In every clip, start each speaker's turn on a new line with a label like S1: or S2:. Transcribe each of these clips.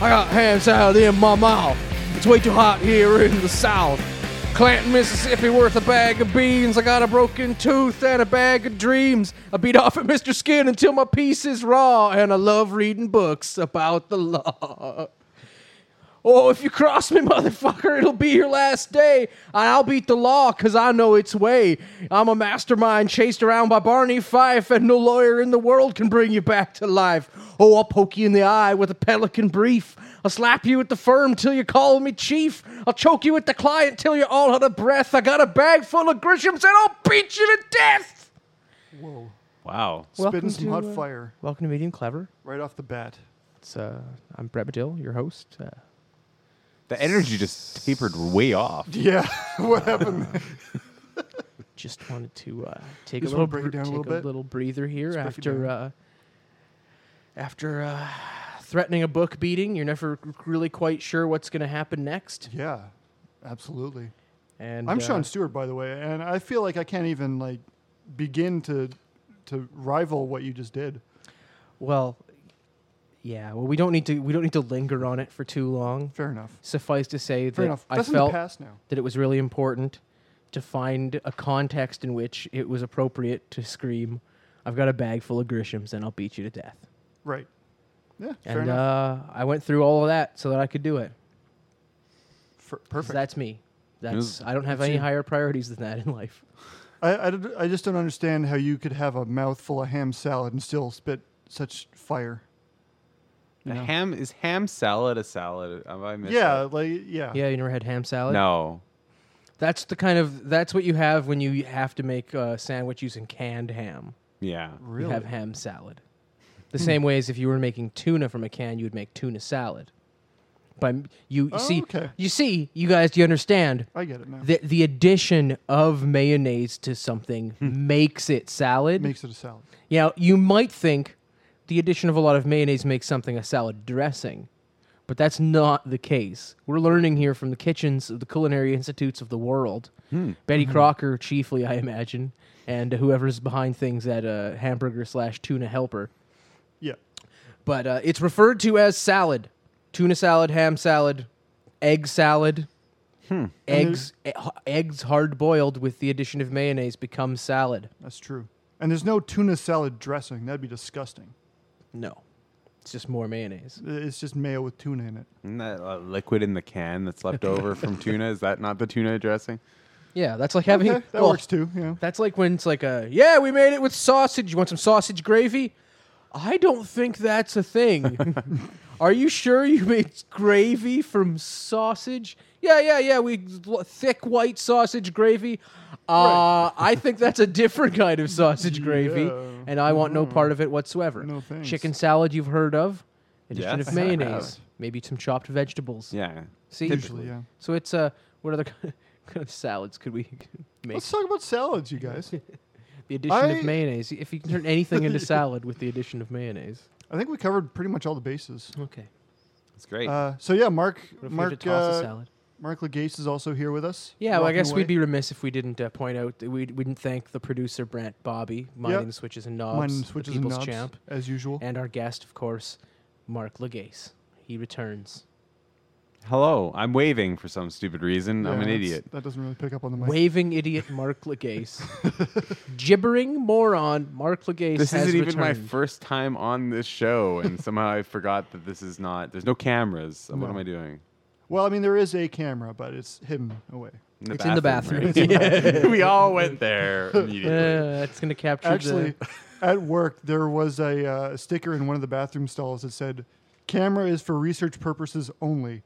S1: got ham salad in my mouth. It's way too hot here in the South. Clanton, Mississippi, worth a bag of beans. I got a broken tooth and a bag of dreams. I beat off at Mr. Skin until my piece is raw, and I love reading books about the law. Oh, if you cross me, motherfucker, it'll be your last day. And I'll beat the law because I know its way. I'm a mastermind chased around by Barney Fife, and no lawyer in the world can bring you back to life. Oh, I'll poke you in the eye with a pelican brief. I'll slap you at the firm till you call me chief. I'll choke you at the client till you're all out of breath. I got a bag full of Grishams and I'll beat you to death.
S2: Whoa.
S3: Wow.
S1: Welcome
S2: Spitting some
S1: to,
S2: hot
S1: uh,
S2: fire
S1: Welcome to Medium Clever.
S2: right off the bat.
S1: It's uh, I'm Brett Medill, your host. Uh,
S3: The energy just tapered way off.
S2: Yeah. what happened?
S1: just wanted to uh, take a
S2: Just
S1: little
S2: wanna break
S1: br-
S2: it down a
S1: take
S2: little bit?
S1: little breather here
S2: break it
S1: after
S2: down.
S1: uh, after uh, threatening a book beating. You're never r- really quite sure what's going to happen next.
S2: Yeah. Absolutely.
S1: And
S2: I'm
S1: uh,
S2: Sean Stewart, by the way, and I feel like I can't even like begin to to rival what you just did.
S1: Well, yeah. Well, we don't need to we don't need to linger on it for too long.
S2: Fair enough.
S1: Suffice to say
S2: Fair
S1: that
S2: enough.
S1: I
S2: That's in
S1: felt
S2: the past now.
S1: that it was really important to find a context in which it was appropriate to scream, "I've got a bag full of Grishams and I'll beat you to death."
S2: Right. Yeah. fair
S1: And
S2: enough.
S1: uh, I went through all of that so that I could do it.
S2: Fer-
S1: 'Cause
S2: perfect.
S1: That's me. That's
S3: was-
S1: I don't have any higher priorities than that in life.
S2: I, I, did- I just don't understand how you could have a mouthful of ham salad and still spit such fire.
S3: The
S2: know.
S3: ham is ham salad a salad? Have I missed
S2: yeah,
S3: it?
S2: like yeah.
S1: Yeah, you never had ham salad.
S3: No.
S1: that's the kind of that's what you have when you have to make a sandwich using canned ham.
S3: Yeah.
S2: Really? Hmm.
S1: You have ham salad. The same way as if you were making tuna from a can, you would make tuna salad. But you, you
S2: Oh,
S1: see,
S2: okay.
S1: you see, you guys, do you understand?
S2: I get it now.
S1: The the addition of mayonnaise to something
S2: Hmm.
S1: makes it salad.
S2: Makes it a salad.
S1: You know, you might think the addition of a lot of mayonnaise makes something a salad dressing, but that's not the case. We're learning here from the kitchens of the culinary institutes of the world. Betty Crocker, chiefly, I imagine, and whoever's behind things at uh, hamburger slash tuna helper.
S2: Yeah.
S1: But uh, it's referred to as salad tuna salad, ham salad, egg salad. Eggs, e- h- eggs hard boiled with the addition of mayonnaise become salad.
S2: That's true. And there's no tuna salad dressing. That'd be disgusting.
S1: No, it's just more mayonnaise.
S2: It's just mayo with tuna in it.
S3: Isn't that uh, liquid in the can that's left over from tuna? Is that not the tuna dressing?
S1: Yeah, that's like having
S2: Okay, that
S1: well,
S2: works too. Yeah.
S1: That's like when it's like a yeah, we made it with sausage. You want some sausage gravy? I don't think that's a thing. Are you sure you made gravy from sausage? Yeah, yeah, yeah. We thick white sausage gravy. Uh, I think that's a different kind of sausage gravy,
S2: Yeah. Mm-hmm.
S1: and I want no part of it whatsoever.
S2: No thanks.
S1: Chicken salad you've heard of? Addition
S3: Yes,
S1: of
S3: I have.
S1: mayonnaise, maybe some chopped vegetables.
S3: Yeah.
S1: See,
S2: Usually, yeah.
S1: So it's uh, what other kind of salads could we make?
S2: Let's talk about salads, you guys.
S1: The addition
S2: I-
S1: of mayonnaise. If you can turn anything into salad with the addition of mayonnaise.
S2: I think we covered pretty much all the bases.
S1: Okay.
S3: It's great.
S2: Uh, so yeah, Mark,
S1: What if we had
S2: Mark,
S1: to toss a
S2: uh,
S1: salad?
S2: Mark Legace is also here with us.
S1: Yeah, well, I
S2: walking
S1: guess
S2: away.
S1: we'd be remiss if we didn't uh, point out that we wouldn't thank the producer Brent Bobby, minding
S2: Yep.
S1: the switches and
S2: Mine
S1: knobs,
S2: switches
S1: the
S2: and
S1: people's
S2: knobs
S1: champ,
S2: as usual.
S1: and our guest, of course, Mark Legace. He returns,
S3: Hello. I'm waving for some stupid reason.
S2: Yeah,
S3: I'm an
S2: that's-
S3: idiot.
S2: That doesn't really pick up on the mic.
S1: waving idiot Mark Legace, gibbering moron Mark Legace.
S3: This
S1: has
S3: isn't even my
S1: returned.
S3: first time on this show, and somehow I forgot that this is not. There's no cameras. What am I doing?
S2: Well, I mean, there is a camera, but it's hidden away.
S1: It's in the bathroom.
S3: right?
S1: yeah,
S3: we all went there immediately.
S1: Uh, it's gonna capture
S2: Actually,
S1: the.
S2: at work, there was a uh, sticker in one of the bathroom stalls that said, camera is for research purposes only,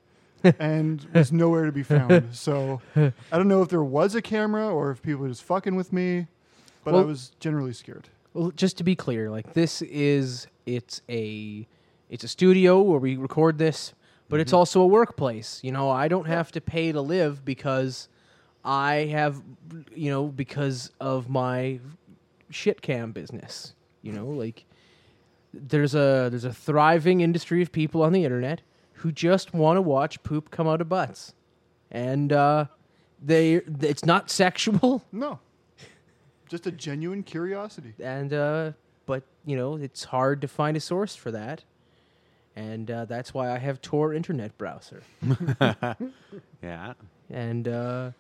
S2: and was nowhere to be found. So I don't know if there was a camera or if people were just fucking with me, but I
S1: Well-
S2: was generally scared.
S1: Well, just to be clear, like this is it's a it's a studio where we record this, but it's also a workplace. You know, I don't have to pay to live because I have you know because of my shit cam business. You know, like there's a there's a thriving industry of people on the internet who just want to watch poop come out of butts. And uh they it's not sexual.
S2: No. Just a genuine curiosity.
S1: and uh, but you know it's hard to find a source for that and uh, that's why I have Tor Internet Browser.
S3: Yeah.
S1: And uh,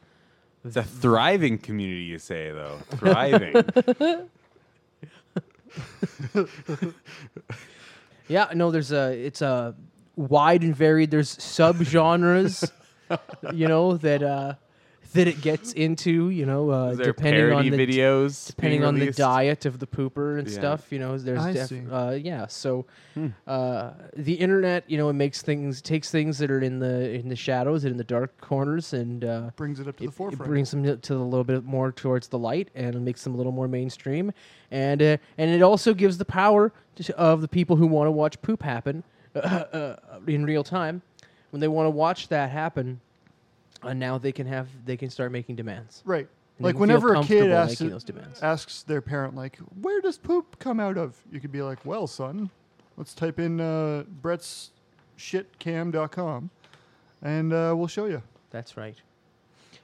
S3: It's a thriving community, you say, though. Thriving.
S1: Uh, yeah, no, there's a it's a wide and varied. There's subgenres, you know that uh, that it gets into. You know, uh,
S3: Is there
S1: depending on
S3: parody
S1: the
S3: videos?
S1: depending
S3: being
S1: on the
S3: released?
S1: diet of the pooper and
S3: Yeah. Hmm.
S1: stuff. You know, there's
S2: I
S1: def-
S2: see.
S1: uh, yeah. So uh, the internet, you know, it makes things takes things that are in the in the shadows and in the dark corners and. Uh,
S2: brings it up to
S1: it,
S2: the
S1: it
S2: forefront.
S1: brings them to to a little bit more towards the light and it makes them a little more mainstream and uh, and it also gives the power to, of the people who want to watch poop happen uh, uh, in real time when they want to watch that happen uh, now they can have they can start making demands
S2: right.
S1: And they
S2: Like
S1: can feel
S2: whenever a kid
S1: comfortable
S2: asks,
S1: making those demands.
S2: asks their parent, like, where does poop come out of? You could be like, well, son, let's type in uh, Brett's shitcam.com and uh, we'll show you.
S1: that's right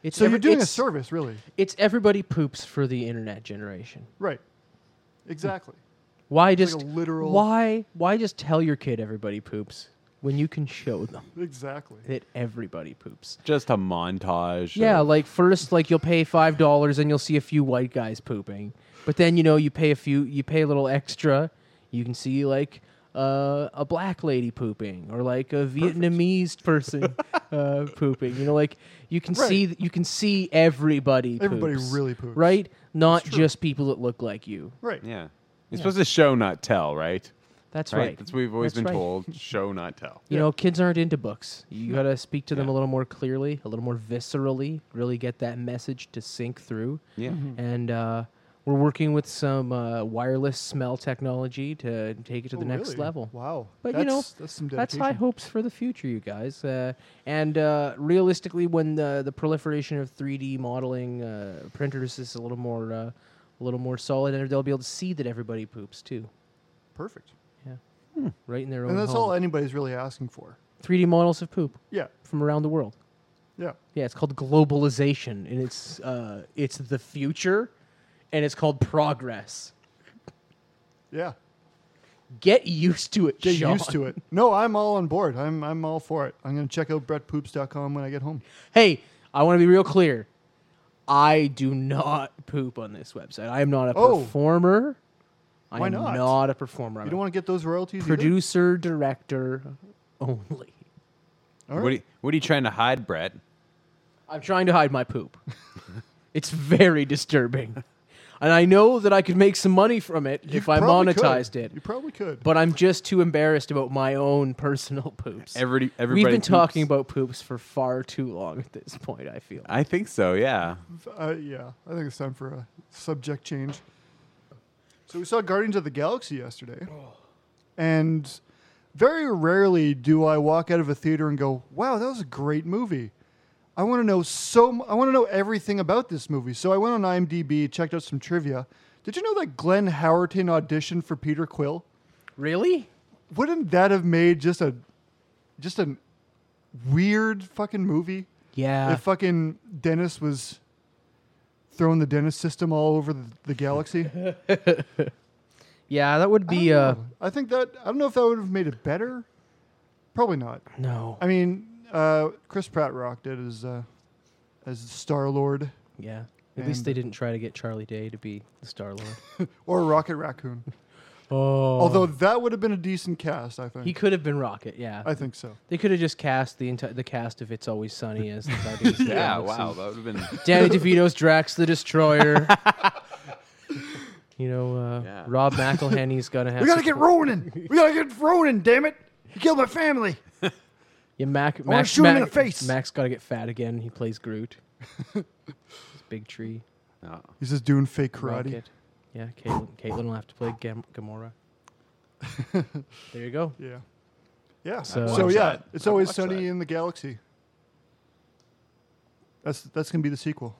S1: it's
S2: So
S1: every-
S2: you're doing a
S1: it's,
S2: service, really.
S1: it's everybody poops for the internet generation
S2: Right. Exactly.
S1: why
S2: It's
S1: just
S2: like a literal.
S1: why why just tell your kid everybody poops when you can show them
S2: Exactly.
S1: that everybody poops
S3: Just a montage.
S1: Yeah,
S3: of-
S1: like first, like you'll pay five dollars and you'll see a few white guys pooping, but then you know you pay a few, you pay a little extra, you can see like uh, a black lady pooping or like a Vietnamese person uh, pooping. You know, like you can
S2: Right.
S1: see you can see everybody.
S2: Everybody
S1: poops,
S2: really poops.
S1: right? Not
S2: true.
S1: just people that look like you.
S2: Right.
S3: yeah. You're supposed to show, not tell, right?
S1: That's
S3: right.
S1: right.
S3: That's what we've always
S1: That's
S3: been
S1: right.
S3: told. Show, not tell.
S1: You
S2: Yeah.
S1: know, kids aren't into books. You gotta speak to them
S3: Yeah.
S1: a little more clearly, a little more viscerally. Really get that message to sink through.
S3: Yeah.
S1: and uh, we're working with some uh, wireless smell technology to take it to
S2: Oh,
S1: the next
S2: really?
S1: level.
S2: Wow.
S1: But,
S2: that's,
S1: you know,
S2: that's some
S1: That's
S2: dedication.
S1: high hopes for the future, you guys. Uh, and uh, realistically, when the the proliferation of 3D modeling uh, printers is a little more uh, a little more solid, and they'll be able to see that everybody poops too,
S2: Perfect.
S1: right in their own.
S2: And that's
S1: home.
S2: all anybody's really asking for.
S1: 3D models of poop
S2: Yeah.
S1: from around the world.
S2: Yeah.
S1: Yeah, it's called globalization, and it's uh, it's the future, and it's called progress.
S2: Yeah.
S1: Get used to it.
S2: Get
S1: Sean.
S2: used to it. No, I'm all on board. I'm I'm all for it. I'm gonna check out brettpoops.com when I get home.
S1: Hey, I want to be real clear. I do not poop on this website. I am not a
S2: Oh.
S1: performer. I
S2: Why
S1: am
S2: not?
S1: not a performer. I'm
S2: You don't
S1: a
S2: want to get those royalties. either?
S1: producer, director only.
S2: All right.
S3: What, are you, what are you trying to hide, Brett?
S1: I'm trying to hide my poop. it's very disturbing. And I know that I could make some money from it
S2: You
S1: if I
S2: probably
S1: monetized
S2: could.
S1: it.
S2: you probably could.
S1: But I'm just too embarrassed about my own personal poops.
S3: Every, everybody
S1: We've been
S3: poops.
S1: talking about poops for far too long at this point, I feel.
S3: I think so, yeah.
S2: uh, yeah, I think it's time for a subject change. So we saw Guardians of the Galaxy yesterday, and very rarely do I walk out of a theater and go, "Wow, that was a great movie." I want to know so. m- I want to know everything about this movie. So I went on IMDb, checked out some trivia. Did you know that Glenn Howerton auditioned for Peter Quill?
S1: Really?
S2: Wouldn't that have made just a, just a weird fucking movie?
S1: Yeah.
S2: if fucking Dennis was throwing the Dennis system all over the, the galaxy. I
S1: Yeah, that would
S2: don't
S1: be uh
S2: know. I think that I don't know if that would have made it better. Probably not.
S1: no.
S2: I mean, uh, Chris Pratt rocked it as uh, as Star Lord
S1: Yeah. At least
S2: And-
S1: they didn't try to get Charlie Day to be the Star Lord.
S2: or Rocket Raccoon.
S1: oh.
S2: Although that would have been a decent cast, I think.
S1: he could have been Rocket, yeah.
S2: I think so.
S1: they could have just cast the entire the cast of It's Always Sunny as the Guardians of the
S3: Yeah,
S1: Galaxy.
S3: wow. That would have been.
S1: Danny DeVito's Drax the Destroyer. you know, uh,
S3: Yeah.
S1: Rob McElhenney's gonna have
S2: We gotta
S1: to
S2: get
S1: put-
S2: Ronan. We gotta get Ronan. Damn it! He killed my family.
S1: Yeah, Mac,
S2: wanna
S1: Max,
S2: shoot him in
S1: Mac-
S2: the face.
S1: Mac's gotta get fat again. He plays Groot. His big tree.
S3: No.
S2: He's just doing fake karate.
S1: Rocket. Yeah, Caitlin, Caitlin will have to play Gam- Gamora. there you go.
S2: Yeah. Yeah.
S1: So-
S2: So,
S1: Watch
S2: yeah,
S3: that.
S2: it's
S3: I'd
S2: always
S3: watch
S2: sunny
S3: that.
S2: in the galaxy. That's that's gonna be the sequel.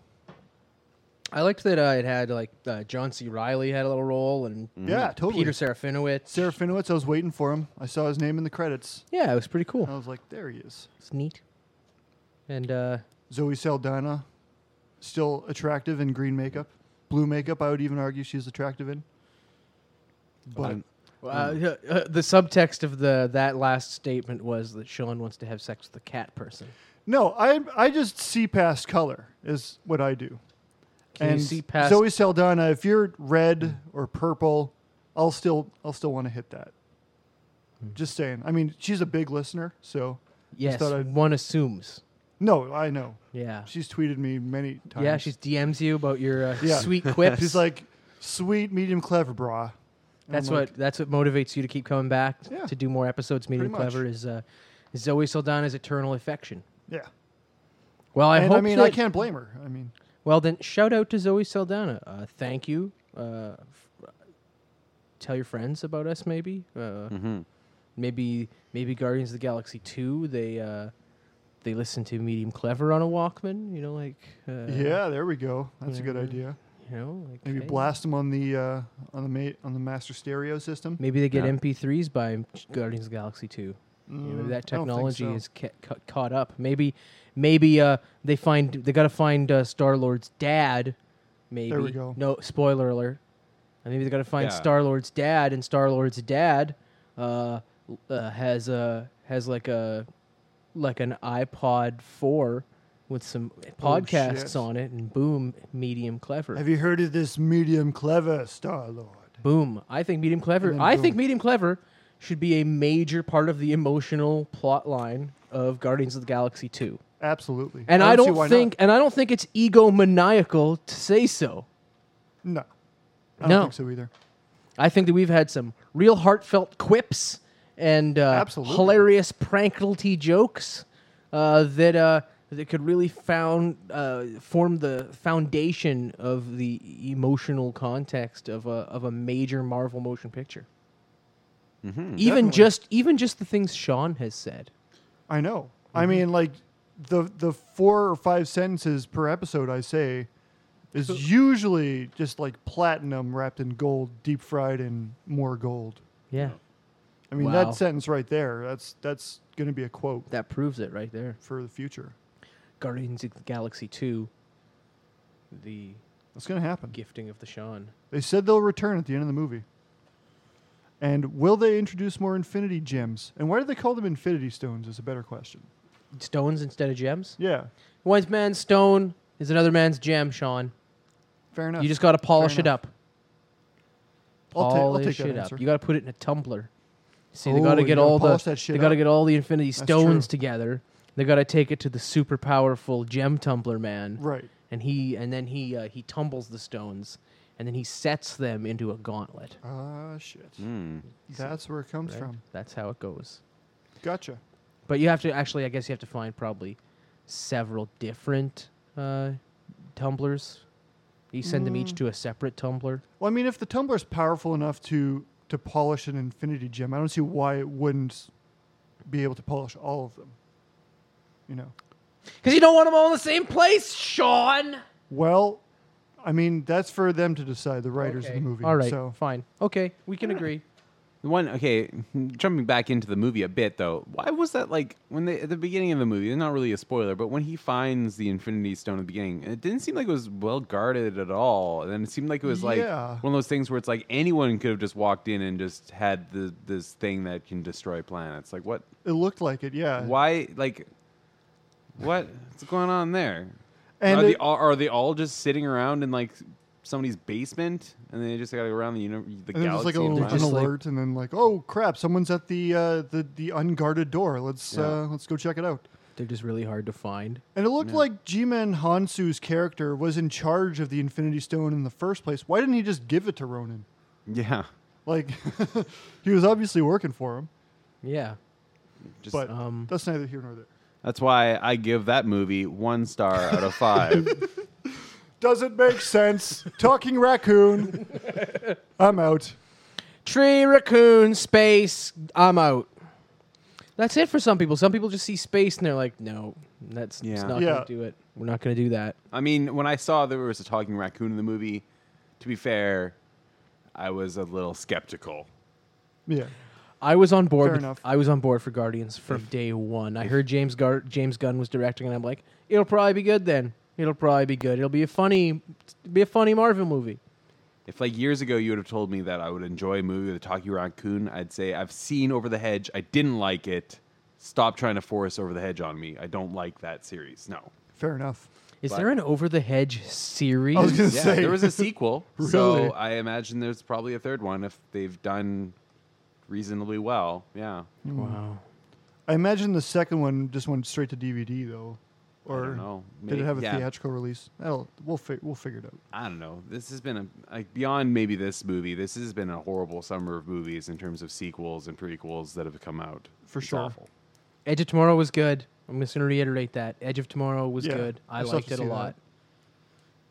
S1: I liked that uh, it had like uh, John C. Riley had a little role and
S2: Yeah, totally.
S1: Peter Serafinowicz.
S2: Serafinowicz, I was waiting for him. I saw his name in the credits.
S1: yeah, it was pretty cool.
S2: I was like, there he is.
S1: It's neat. And uh,
S2: Zoe Saldana, still attractive in green makeup, blue makeup. I would even argue she's attractive in. But
S3: I'm,
S1: Well, uh, uh, the subtext of the that last statement was that Sean wants to have sex with the cat person.
S2: No, I I just see past color is what I do.
S1: Can you
S2: and
S1: see past-
S2: Zoe Saldana, if you're red or purple, I'll still I'll still want to hit that.
S1: Hmm.
S2: Just saying. I mean, she's a big listener, so
S1: Yes,
S2: thought I'd-
S1: one assumes.
S2: no, I know.
S1: Yeah.
S2: She's tweeted me many times.
S1: Yeah, she's DMs you about your uh,
S2: Yeah.
S1: sweet quips.
S2: she's like sweet, medium, clever, brah. And
S1: that's
S2: I'm like,
S1: what that's what motivates you to keep coming back
S2: Yeah.
S1: to do more episodes. Medium
S2: Pretty much.
S1: clever is uh, Zoe Saldana's eternal affection.
S2: Yeah,
S1: Well, I
S2: and
S1: hope
S2: I mean,
S1: that,
S2: I can't blame her. I mean,
S1: Well, then shout out to Zoe Saldana. Uh, thank you. Uh, f- tell your friends about us, maybe. Uh, Maybe maybe Guardians of the Galaxy two. They uh, they listen to Medium Clever on a Walkman. You know, like uh,
S2: yeah, there we go. That's a good
S1: yeah.
S2: idea.
S1: You know, like
S2: Maybe
S1: hey.
S2: blast them on the uh, on the ma- on the master stereo system.
S1: Maybe they get
S3: Yeah.
S1: MP3s by m- Guardians of the Galaxy 2. You know, that
S2: Mm, I don't think
S1: technology
S2: so.
S1: is ca- ca- caught up. Maybe, maybe uh, they find they got to find uh, Star Lord's dad. Maybe
S2: we go.
S1: no spoiler alert. And maybe they got to find
S3: Yeah.
S1: Star Lord's dad, and Star Lord's dad uh, l- uh, has a has like a like an iPod four with some podcasts
S2: shit.
S1: on it, and boom, medium clever.
S2: Have you heard of this medium clever Star Lord?
S1: Boom. I think Medium Clever.
S2: then
S1: I
S2: boom.
S1: think Medium Clever should be a major part of the emotional plot line of Guardians of the Galaxy 2.
S2: Absolutely.
S1: And I don't,
S2: see why not.
S1: think and I don't think it's egomaniacal to say so.
S2: no. I don't
S1: No.
S2: think so either.
S1: I think that we've had some real heartfelt quips and uh,
S2: Absolutely.
S1: hilarious pranklety jokes uh, that uh, that could really found uh, form the foundation of the emotional context of a of a major Marvel motion picture. even
S2: Mm-hmm. Definitely.
S1: just even just the things Sean has said.
S2: I know. I
S1: Mm-hmm.
S2: mean, like the the four or five sentences per episode I say is usually just like platinum wrapped in gold, deep fried in more gold.
S1: Yeah,
S2: I mean,
S1: Wow.
S2: that sentence right there. That's that's going to be a quote
S1: that proves it right there.
S2: for the future.
S1: Guardians of the Galaxy Two, the
S2: That's going to happen.
S1: gifting of the Sean.
S2: They said they'll return at the end of the movie. And will they introduce more infinity gems? And why do they call them infinity stones? Is a better question.
S1: Stones instead of gems.
S2: Yeah,
S1: One man's stone is another man's gem, Sean.
S2: fair enough.
S1: You just got to polish
S2: Fair
S1: it
S2: enough.
S1: up.
S2: I'll, ta- I'll
S1: Polish
S2: take that
S1: it
S2: answer.
S1: up. You got to put it in a tumbler. See, they
S2: Oh,
S1: got to
S2: you
S1: get
S2: gotta
S1: all the
S2: polish that shit
S1: they got to
S2: up.
S1: get all the Infinity Stones
S2: true.
S1: together. They got to take it to the super powerful gem tumbler man,
S2: right.
S1: and he and then he uh, he tumbles the stones, and then he sets them into a gauntlet.
S2: Ah, shit.
S3: Mm.
S2: That's where it comes
S1: right?
S2: from.
S1: That's how it goes.
S2: Gotcha.
S1: But you have to actually, I guess, you have to find probably several different uh, tumblers. You send them
S2: Mm.
S1: each to a separate tumbler.
S2: Well, I mean, if the tumbler's powerful enough to to polish an infinity gem, I don't see why it wouldn't be able to polish all of them. You know.
S1: Because you don't want them all in the same place, Sean.
S2: Well, I mean, that's for them to decide. The writers of
S1: Okay.
S2: the movie.
S1: All right,
S2: So
S1: fine. Okay, we can agree.
S3: One okay, jumping back into the movie a bit though. Why was that like when they at the beginning of the movie? It's not really a spoiler, but when he finds the Infinity Stone at the beginning, it didn't seem like it was well guarded at all. And then it seemed like it was like
S2: Yeah.
S3: one of those things where it's like anyone could have just walked in and just had the this thing that can destroy planets. Like what?
S2: it looked like it. Yeah.
S3: Why? Like what? What's going on there?
S2: And
S3: are, they
S2: it-
S3: all, are they all just sitting around in like somebody's basement, and they just got to go around the, uni- the
S2: And then there's
S3: galaxy?
S2: like a,
S3: and
S2: an
S3: find-
S1: just, like-
S2: alert, and then like, oh crap, someone's at the uh, the the unguarded door. Let's
S3: Yeah.
S2: uh, let's go check it out.
S1: They're just really hard to find.
S2: And it looked like G-Man Hansu's character was in charge of the Infinity Stone in the first place. Why didn't he just give it to Ronan?
S3: yeah.
S2: Like he was obviously working for him,
S1: Yeah.
S3: Just,
S2: but
S1: um,
S2: that's neither here nor there.
S3: That's why I give that movie one star out of five.
S2: Does it make sense? Talking raccoon. I'm out.
S1: Tree, raccoon, space. I'm out. That's it for some people. Some people just see space and they're like, no, that's
S3: Yeah.
S1: it's not
S2: Yeah.
S1: going to do it. We're not going to do that.
S3: I mean, when I saw there was a talking raccoon in the movie, to be fair, I was a little skeptical.
S2: Yeah.
S1: I was on board.
S2: Fair
S1: with-
S2: enough.
S1: I was on board for Guardians from day one. I heard James Gar- James Gunn was directing, and I'm like, it'll probably be good. Then it'll probably be good. It'll be a funny, be a funny Marvel movie.
S3: If like years ago you would have told me that I would enjoy a movie with a talking raccoon, I'd say I've seen Over the Hedge. I didn't like it. Stop trying to force Over the Hedge on me. I don't like that series. No.
S2: Fair enough.
S1: Is there an Over the Hedge series?
S2: I was gonna
S3: Yeah,
S2: say
S3: there was a sequel, so
S2: Really?
S3: I imagine there's probably a third one if they've done reasonably well. Yeah.
S1: wow.
S2: I imagine the second one just went straight to DVD though, or
S3: I don't know.
S2: did
S3: May-
S2: it have a
S3: yeah.
S2: theatrical release? That'll, we'll fi- we'll figure it out.
S3: I don't know. This has been a like beyond maybe this movie. This has been a horrible summer of movies in terms of sequels and prequels that have come out.
S2: For
S3: It's
S2: sure.
S3: awful.
S1: Edge of Tomorrow was good. I'm just going to reiterate that. Edge of Tomorrow was
S2: Yeah,
S1: good. I
S2: I still have
S1: liked
S2: to
S1: it a
S2: see that.
S1: lot.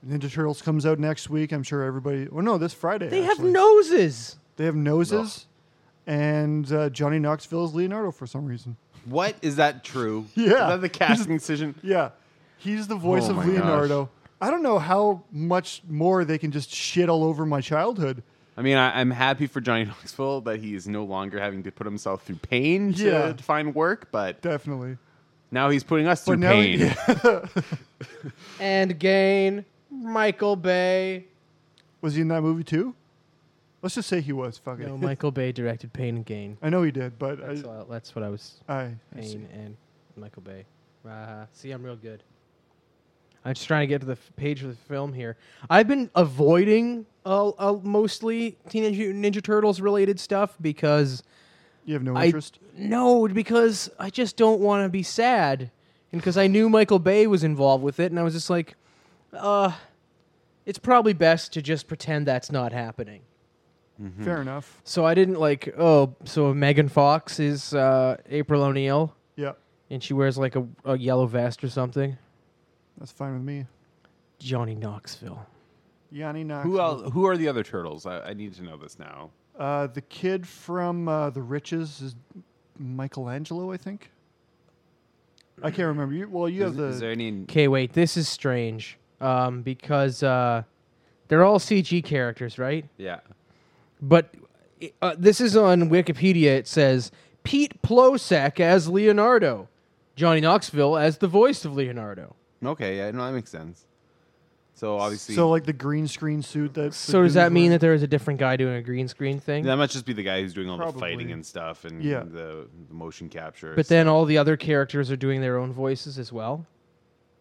S2: Ninja Turtles comes out next week. I'm sure everybody. Well, no, this Friday.
S1: They have
S2: actually.
S1: noses.
S2: They have noses, and uh, Johnny Knoxville is Leonardo for some reason.
S3: What is that true?
S2: Yeah.
S3: Is that the casting decision?
S2: Yeah, he's the voice
S3: Oh
S2: of
S3: my
S2: Leonardo. I don't know how much more they can just shit all over my childhood.
S3: I mean, I, I'm happy for Johnny Knoxville that he is no longer having to put himself through pain to,
S2: Yeah.
S3: to find work, but
S2: Definitely.
S3: now he's putting us through
S2: But now he-
S3: pain.
S1: And gain Michael Bay.
S2: Was he in that movie too? Let's just say he was. Fuck it.
S1: No, Michael Bay directed Pain and Gain.
S2: I know he did, but
S1: That's,
S2: I,
S1: all- that's what I was.
S2: I, I see.
S1: Pain and Michael Bay. Uh, see, I'm real good. I'm just trying to get to the f- page of the film here. I've been avoiding uh, uh, mostly Teenage Mutant Ninja Turtles related stuff because
S2: you have no
S1: I
S2: interest.
S1: no, because I just don't want to be sad, and because I knew Michael Bay was involved with it, and I was just like, uh, it's probably best to just pretend that's not happening.
S3: Mm-hmm.
S2: Fair enough.
S1: So I didn't like. Oh, so Megan Fox is uh, April O'Neil,
S2: Yeah,
S1: and she wears like a, a yellow vest or something.
S2: that's fine with me.
S1: Johnny Knoxville.
S2: Yanni Knoxville.
S3: who else, Who are the other turtles? I, I need to know this now.
S2: Uh, the kid from uh, The Riches is Michelangelo, I think. I can't remember. You, well, you
S3: Is,
S2: have
S3: is
S2: the
S3: there any?
S1: Okay, wait, this is strange um, because uh, they're all CG characters, right?
S3: Yeah.
S1: But uh, this is on Wikipedia. It says Pete Plosek as Leonardo, Johnny Knoxville as the voice of Leonardo.
S3: Okay. Yeah. No, that makes sense. So obviously,
S2: so like the green screen suit that. the
S1: So does that
S2: dudes
S1: mean
S2: wear.
S1: that there is a different guy doing a green screen thing?
S3: that must just be the guy who's doing all the
S2: Probably.
S3: fighting and stuff and
S2: Yeah.
S3: the, the motion capture.
S1: But then all the other characters are doing their own voices as well.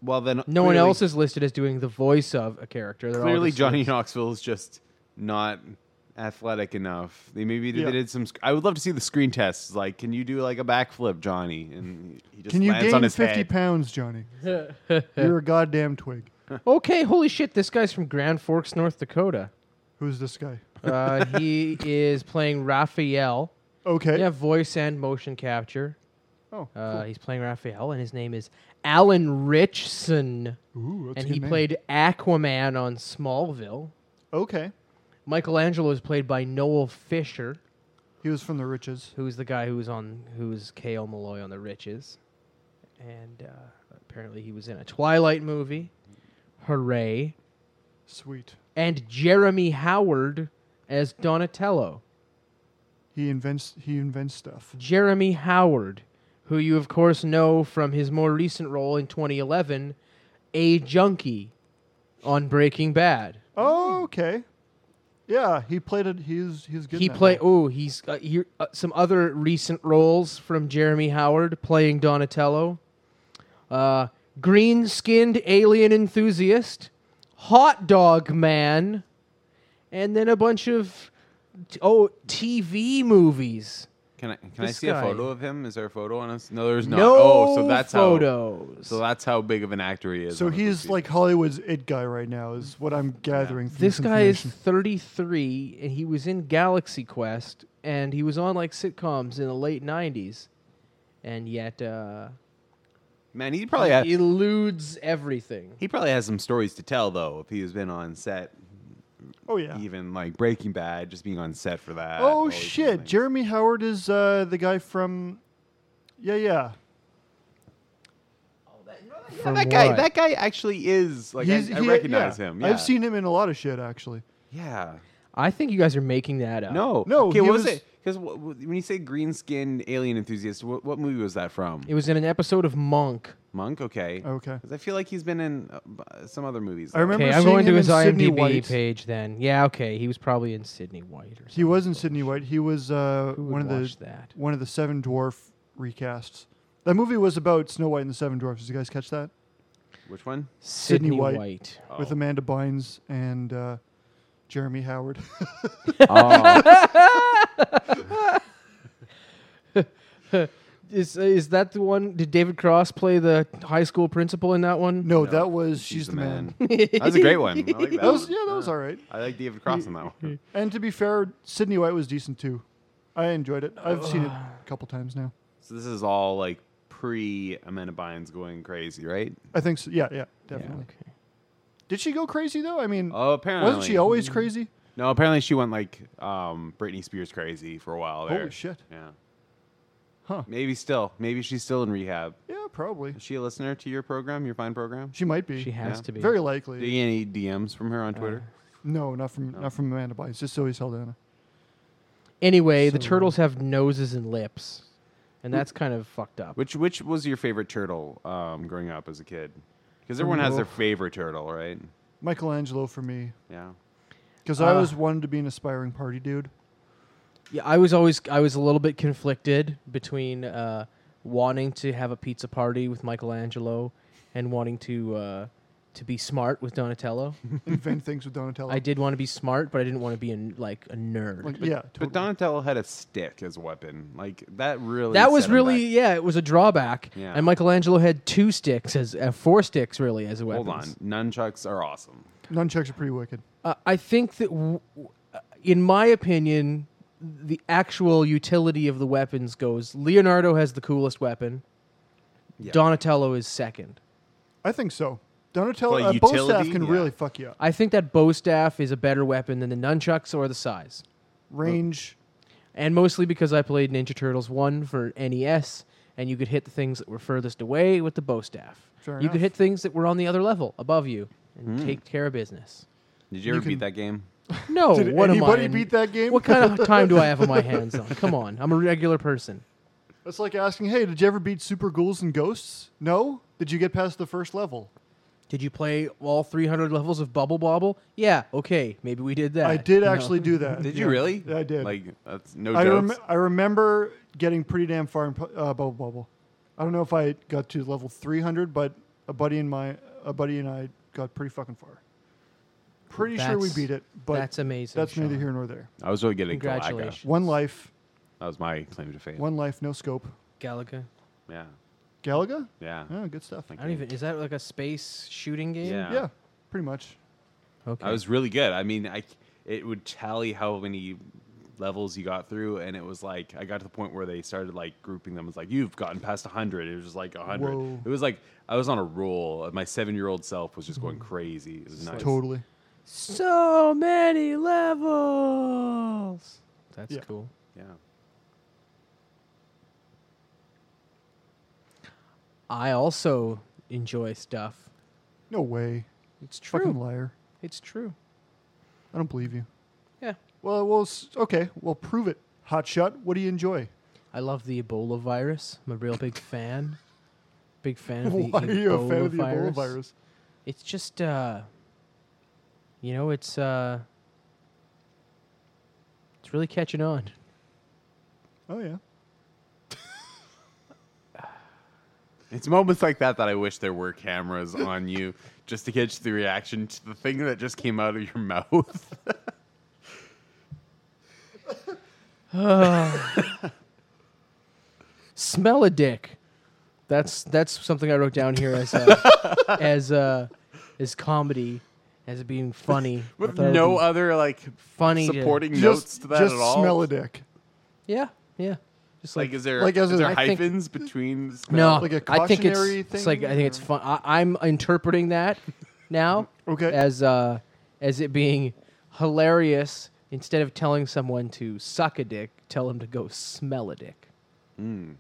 S3: well, then
S1: No one
S3: clearly-
S1: else is listed as doing the voice of a character. They're all
S3: Clearly,
S1: just-
S3: Johnny Knoxville is just not athletic enough. They maybe did-
S2: Yeah.
S3: they did some. sc- I would love to see the screen tests. Like, can you do like a backflip, Johnny? And he just
S2: Can you
S3: lands on
S2: gain
S3: his
S2: fifty
S3: head.
S2: pounds, Johnny? You're a goddamn twig.
S1: Okay, holy shit! This guy's from Grand Forks, North Dakota.
S2: Who's this guy?
S1: Uh, he is playing Raphael.
S2: Okay.
S1: Yeah, voice and motion capture.
S2: Oh.
S1: Uh, he's playing Raphael, and his name is Alan Richson,
S2: Ooh, that's a
S1: and
S2: good
S1: he
S2: name.
S1: played Aquaman on Smallville.
S2: Okay.
S1: Michelangelo is played by Noel Fisher,
S2: He was from The Riches.
S1: who's the guy who was on who was K.O. Malloy on The Riches, and uh, apparently he was in a Twilight movie. Hooray!
S2: Sweet.
S1: And Jeremy Howard as Donatello.
S2: He invents. He invents stuff.
S1: Jeremy Howard, who you of course know from his more recent role in 2011, a junkie on Breaking Bad.
S2: Oh, okay. Yeah, he played it. He's he's good.
S1: he
S2: in that
S1: play
S2: role.
S1: oh he's uh, here uh, some other recent roles from Jeremy Howard playing Donatello, uh, green skinned alien enthusiast, hot dog man, and then a bunch of t- oh TV movies.
S3: Can I can I
S1: This
S3: see
S1: guy.
S3: a photo of him? Is there a photo on us? No, there's not.
S1: No
S3: oh, so that's how.
S1: photos.
S3: So that's how big of an actor he is.
S2: So
S3: on a
S2: he's
S3: movie.
S2: like Hollywood's it guy right now, is what I'm gathering. From
S1: This
S2: this
S1: guy is
S2: information.
S1: 33, and he was in Galaxy Quest, and he was on like sitcoms in the late 90s, and yet uh,
S3: man. He
S2: Oh,
S3: probably had,
S1: he eludes everything.
S3: he probably has some stories to tell though. If he's been on set,
S2: Oh yeah.
S3: even like Breaking Bad, just being on set for that. all
S2: Oh
S3: these different
S2: shit!
S3: things.
S2: Jeremy Howard is uh, the guy from. Yeah, yeah.
S3: Yeah,
S1: From
S3: that guy.
S1: what?
S3: That guy actually is like I,
S2: He's-
S3: I
S2: he-
S3: recognize
S2: yeah.
S3: him. Yeah.
S2: I've seen him in a lot of shit actually.
S3: Yeah.
S1: I think you guys are making that up.
S3: No,
S2: No,
S3: Okay,
S2: he
S3: what was,
S2: was-
S3: it? Because when you say green skinned alien enthusiast, what, what movie was that from?
S1: It was in an episode of Monk.
S3: Monk. Okay.
S2: Okay.
S3: 'Cause I feel like he's been in uh, b- some other movies.
S2: Oh. I remember
S1: Okay, I'm
S2: seeing
S1: going to
S2: him
S1: his
S2: in Sydney
S1: IMDb
S2: White.
S1: page then. Yeah, okay, he was probably in Sydney White or something.
S2: He was in Sydney White. He was uh,
S1: Who would
S2: one of the
S1: watch that?
S2: one of the Seven Dwarf recasts. That movie was about Snow White and the Seven Dwarfs. Did you guys catch that?
S3: Which one?
S1: Sydney,
S2: White.
S1: White.
S2: With
S3: Oh.
S2: Amanda Bynes and uh, Jeremy Howard.
S3: oh,
S1: Is uh, is that the one? Did David Cross play the high school principal in that one?
S2: No, that was She's, the, man.
S3: that was a great one. I like that, uh,
S2: That was
S3: one.
S2: yeah, that was all right.
S3: I like David Cross on that one.
S2: And to be fair, Sydney White was decent too. I enjoyed it. I've seen it
S1: Ah.
S2: a couple times now.
S3: So this is all like pre Amanda Bynes going crazy, right?
S2: I think so. Yeah, yeah, definitely.
S1: Okay.
S2: Did she go crazy though? I mean,
S3: Oh, apparently
S2: wasn't she always crazy?
S3: No, apparently she went like um, Britney Spears crazy for a while there.
S2: Holy shit.
S3: Yeah.
S2: Huh.
S3: Maybe still. Maybe she's still in rehab.
S2: Yeah, probably.
S3: Is she a listener to your program, your fine program?
S2: She might be.
S1: She has
S3: Yeah.
S1: to be.
S2: Very
S3: Do
S2: likely.
S3: you get any DMs from her on
S2: Uh,
S3: Twitter?
S2: No, not from not from Amanda Bynes. Just Zoe Saldana.
S1: Anyway, the
S2: So-
S1: turtles have noses and lips, and that's kind of fucked up.
S3: Which which was your favorite turtle um, growing up as a kid? Because everyone has their favorite turtle, right?
S2: Michelangelo for me,
S3: Yeah.
S2: because I
S1: Uh.
S2: always wanted to be an aspiring party dude.
S1: Yeah, I was always I was a little bit conflicted between uh, wanting to have a pizza party with Michelangelo and wanting to uh, to be smart with Donatello.
S2: Invent things with Donatello.
S1: I did want to be smart, but I didn't want to be an, like a nerd.
S2: Like, yeah,
S3: But
S2: totally.
S3: Donatello had a stick as a weapon. Like that really
S1: that was
S3: set him
S1: really
S3: back.
S1: yeah, it was a drawback.
S3: Yeah.
S1: And Michelangelo had two sticks as uh, four sticks really as a weapon.
S3: Hold on. Nunchucks are awesome.
S2: Nunchucks are pretty wicked.
S1: Uh, I think that, w- w- uh, in my opinion, the actual utility of the weapons goes. Leonardo has the coolest weapon.
S3: Yeah.
S1: Donatello is second.
S2: I think so. Donatello,
S3: Like
S2: uh, bow staff
S3: utility?
S2: can
S3: Yeah.
S2: really fuck you up.
S1: I think that bow staff is a better weapon than the nunchucks or the size.
S2: Range.
S1: And mostly because I played Ninja Turtles 1 for NES, and you could hit the things that were furthest away with the bow staff.
S2: Fair
S1: you could
S2: enough.
S1: hit things that were on the other level above you and take care of business.
S3: Did you ever
S2: can-
S3: beat that game?
S1: No,
S2: Did
S1: what am I?
S2: anybody
S1: an-
S2: beat that game?
S1: What kind of time do I have on my hands on? Come on, I'm a regular person.
S2: That's like asking, hey, did you ever beat Super Ghouls and Ghosts? No. Did you get past the first level?
S1: Did you play all 300 levels of Bubble Bobble? Yeah, okay, maybe we did that.
S2: I did
S1: No.
S2: actually do that.
S3: Did
S2: Yeah.
S3: you really?
S2: Yeah, I did.
S3: Like that's no
S2: I,
S3: jokes.
S2: rem- I remember getting pretty damn far in pu- uh, Bubble Bubble. I don't know if I got to level 300, but a buddy and my a buddy and I got pretty fucking far. Pretty sure we
S1: That's-
S2: beat it, but
S1: that's amazing.
S2: that's neither
S1: Sean.
S2: here nor there.
S3: I was really good at Galaga.
S1: Congratulations.
S2: One life,
S3: That was my claim to fame.
S2: one life, no scope.
S1: Galaga.
S3: Yeah.
S2: Galaga?
S3: Yeah.
S2: Oh, good stuff.
S3: Like-
S1: I don't even. Is that like a space shooting game?
S3: Yeah.
S2: Yeah, pretty much.
S1: Okay.
S3: I was really good. I mean, I c- it would tally how many levels you got through, and it was like I got to the point where they started like grouping them. It's like you've gotten past hundred. It was just like hundred.
S2: Whoa.
S3: It was like I was on a roll. My seven-year-old self was just
S2: Mm-hmm.
S3: going crazy. It was nice.
S2: Totally.
S1: so many levels. That's
S2: Yeah.
S1: cool.
S3: Yeah.
S1: I also enjoy stuff.
S2: No way.
S1: It's true.
S2: Fucking liar.
S1: It's true.
S2: I don't believe you.
S1: Yeah.
S2: Well, well, s- okay. Well, prove it. Hot shot. What do you enjoy?
S1: I love the Ebola virus. I'm a real big fan. Big fan of the
S2: Why
S1: Ebola
S2: are you a fan of the
S1: virus.
S2: Ebola virus?
S1: It's just uh you know, it's uh it's really catching on.
S2: Oh yeah.
S3: It's moments like that that I wish there were cameras on you just to catch the reaction to the thing that just came out of your mouth.
S1: Smell a dick. That's that's something I wrote down here as uh, as uh as comedy as being funny I
S3: With
S1: thought it would
S3: no
S1: be
S3: other like
S1: funny to-
S3: supporting notes
S2: Just,
S3: to that
S2: just
S3: at all.
S2: smell a dick.
S1: Yeah, yeah. Just
S3: Like,
S1: like,
S3: is there
S2: like, as
S3: is there
S2: in-
S1: I think-
S3: hyphens between the
S1: no,
S3: smell?
S2: like a
S1: I think it's,
S2: cautionary
S1: it's like
S2: thing,
S1: I think it's fun. I, I'm interpreting that now
S2: Okay.
S1: as uh as it being hilarious instead of telling someone to suck a dick, tell them to go smell a dick.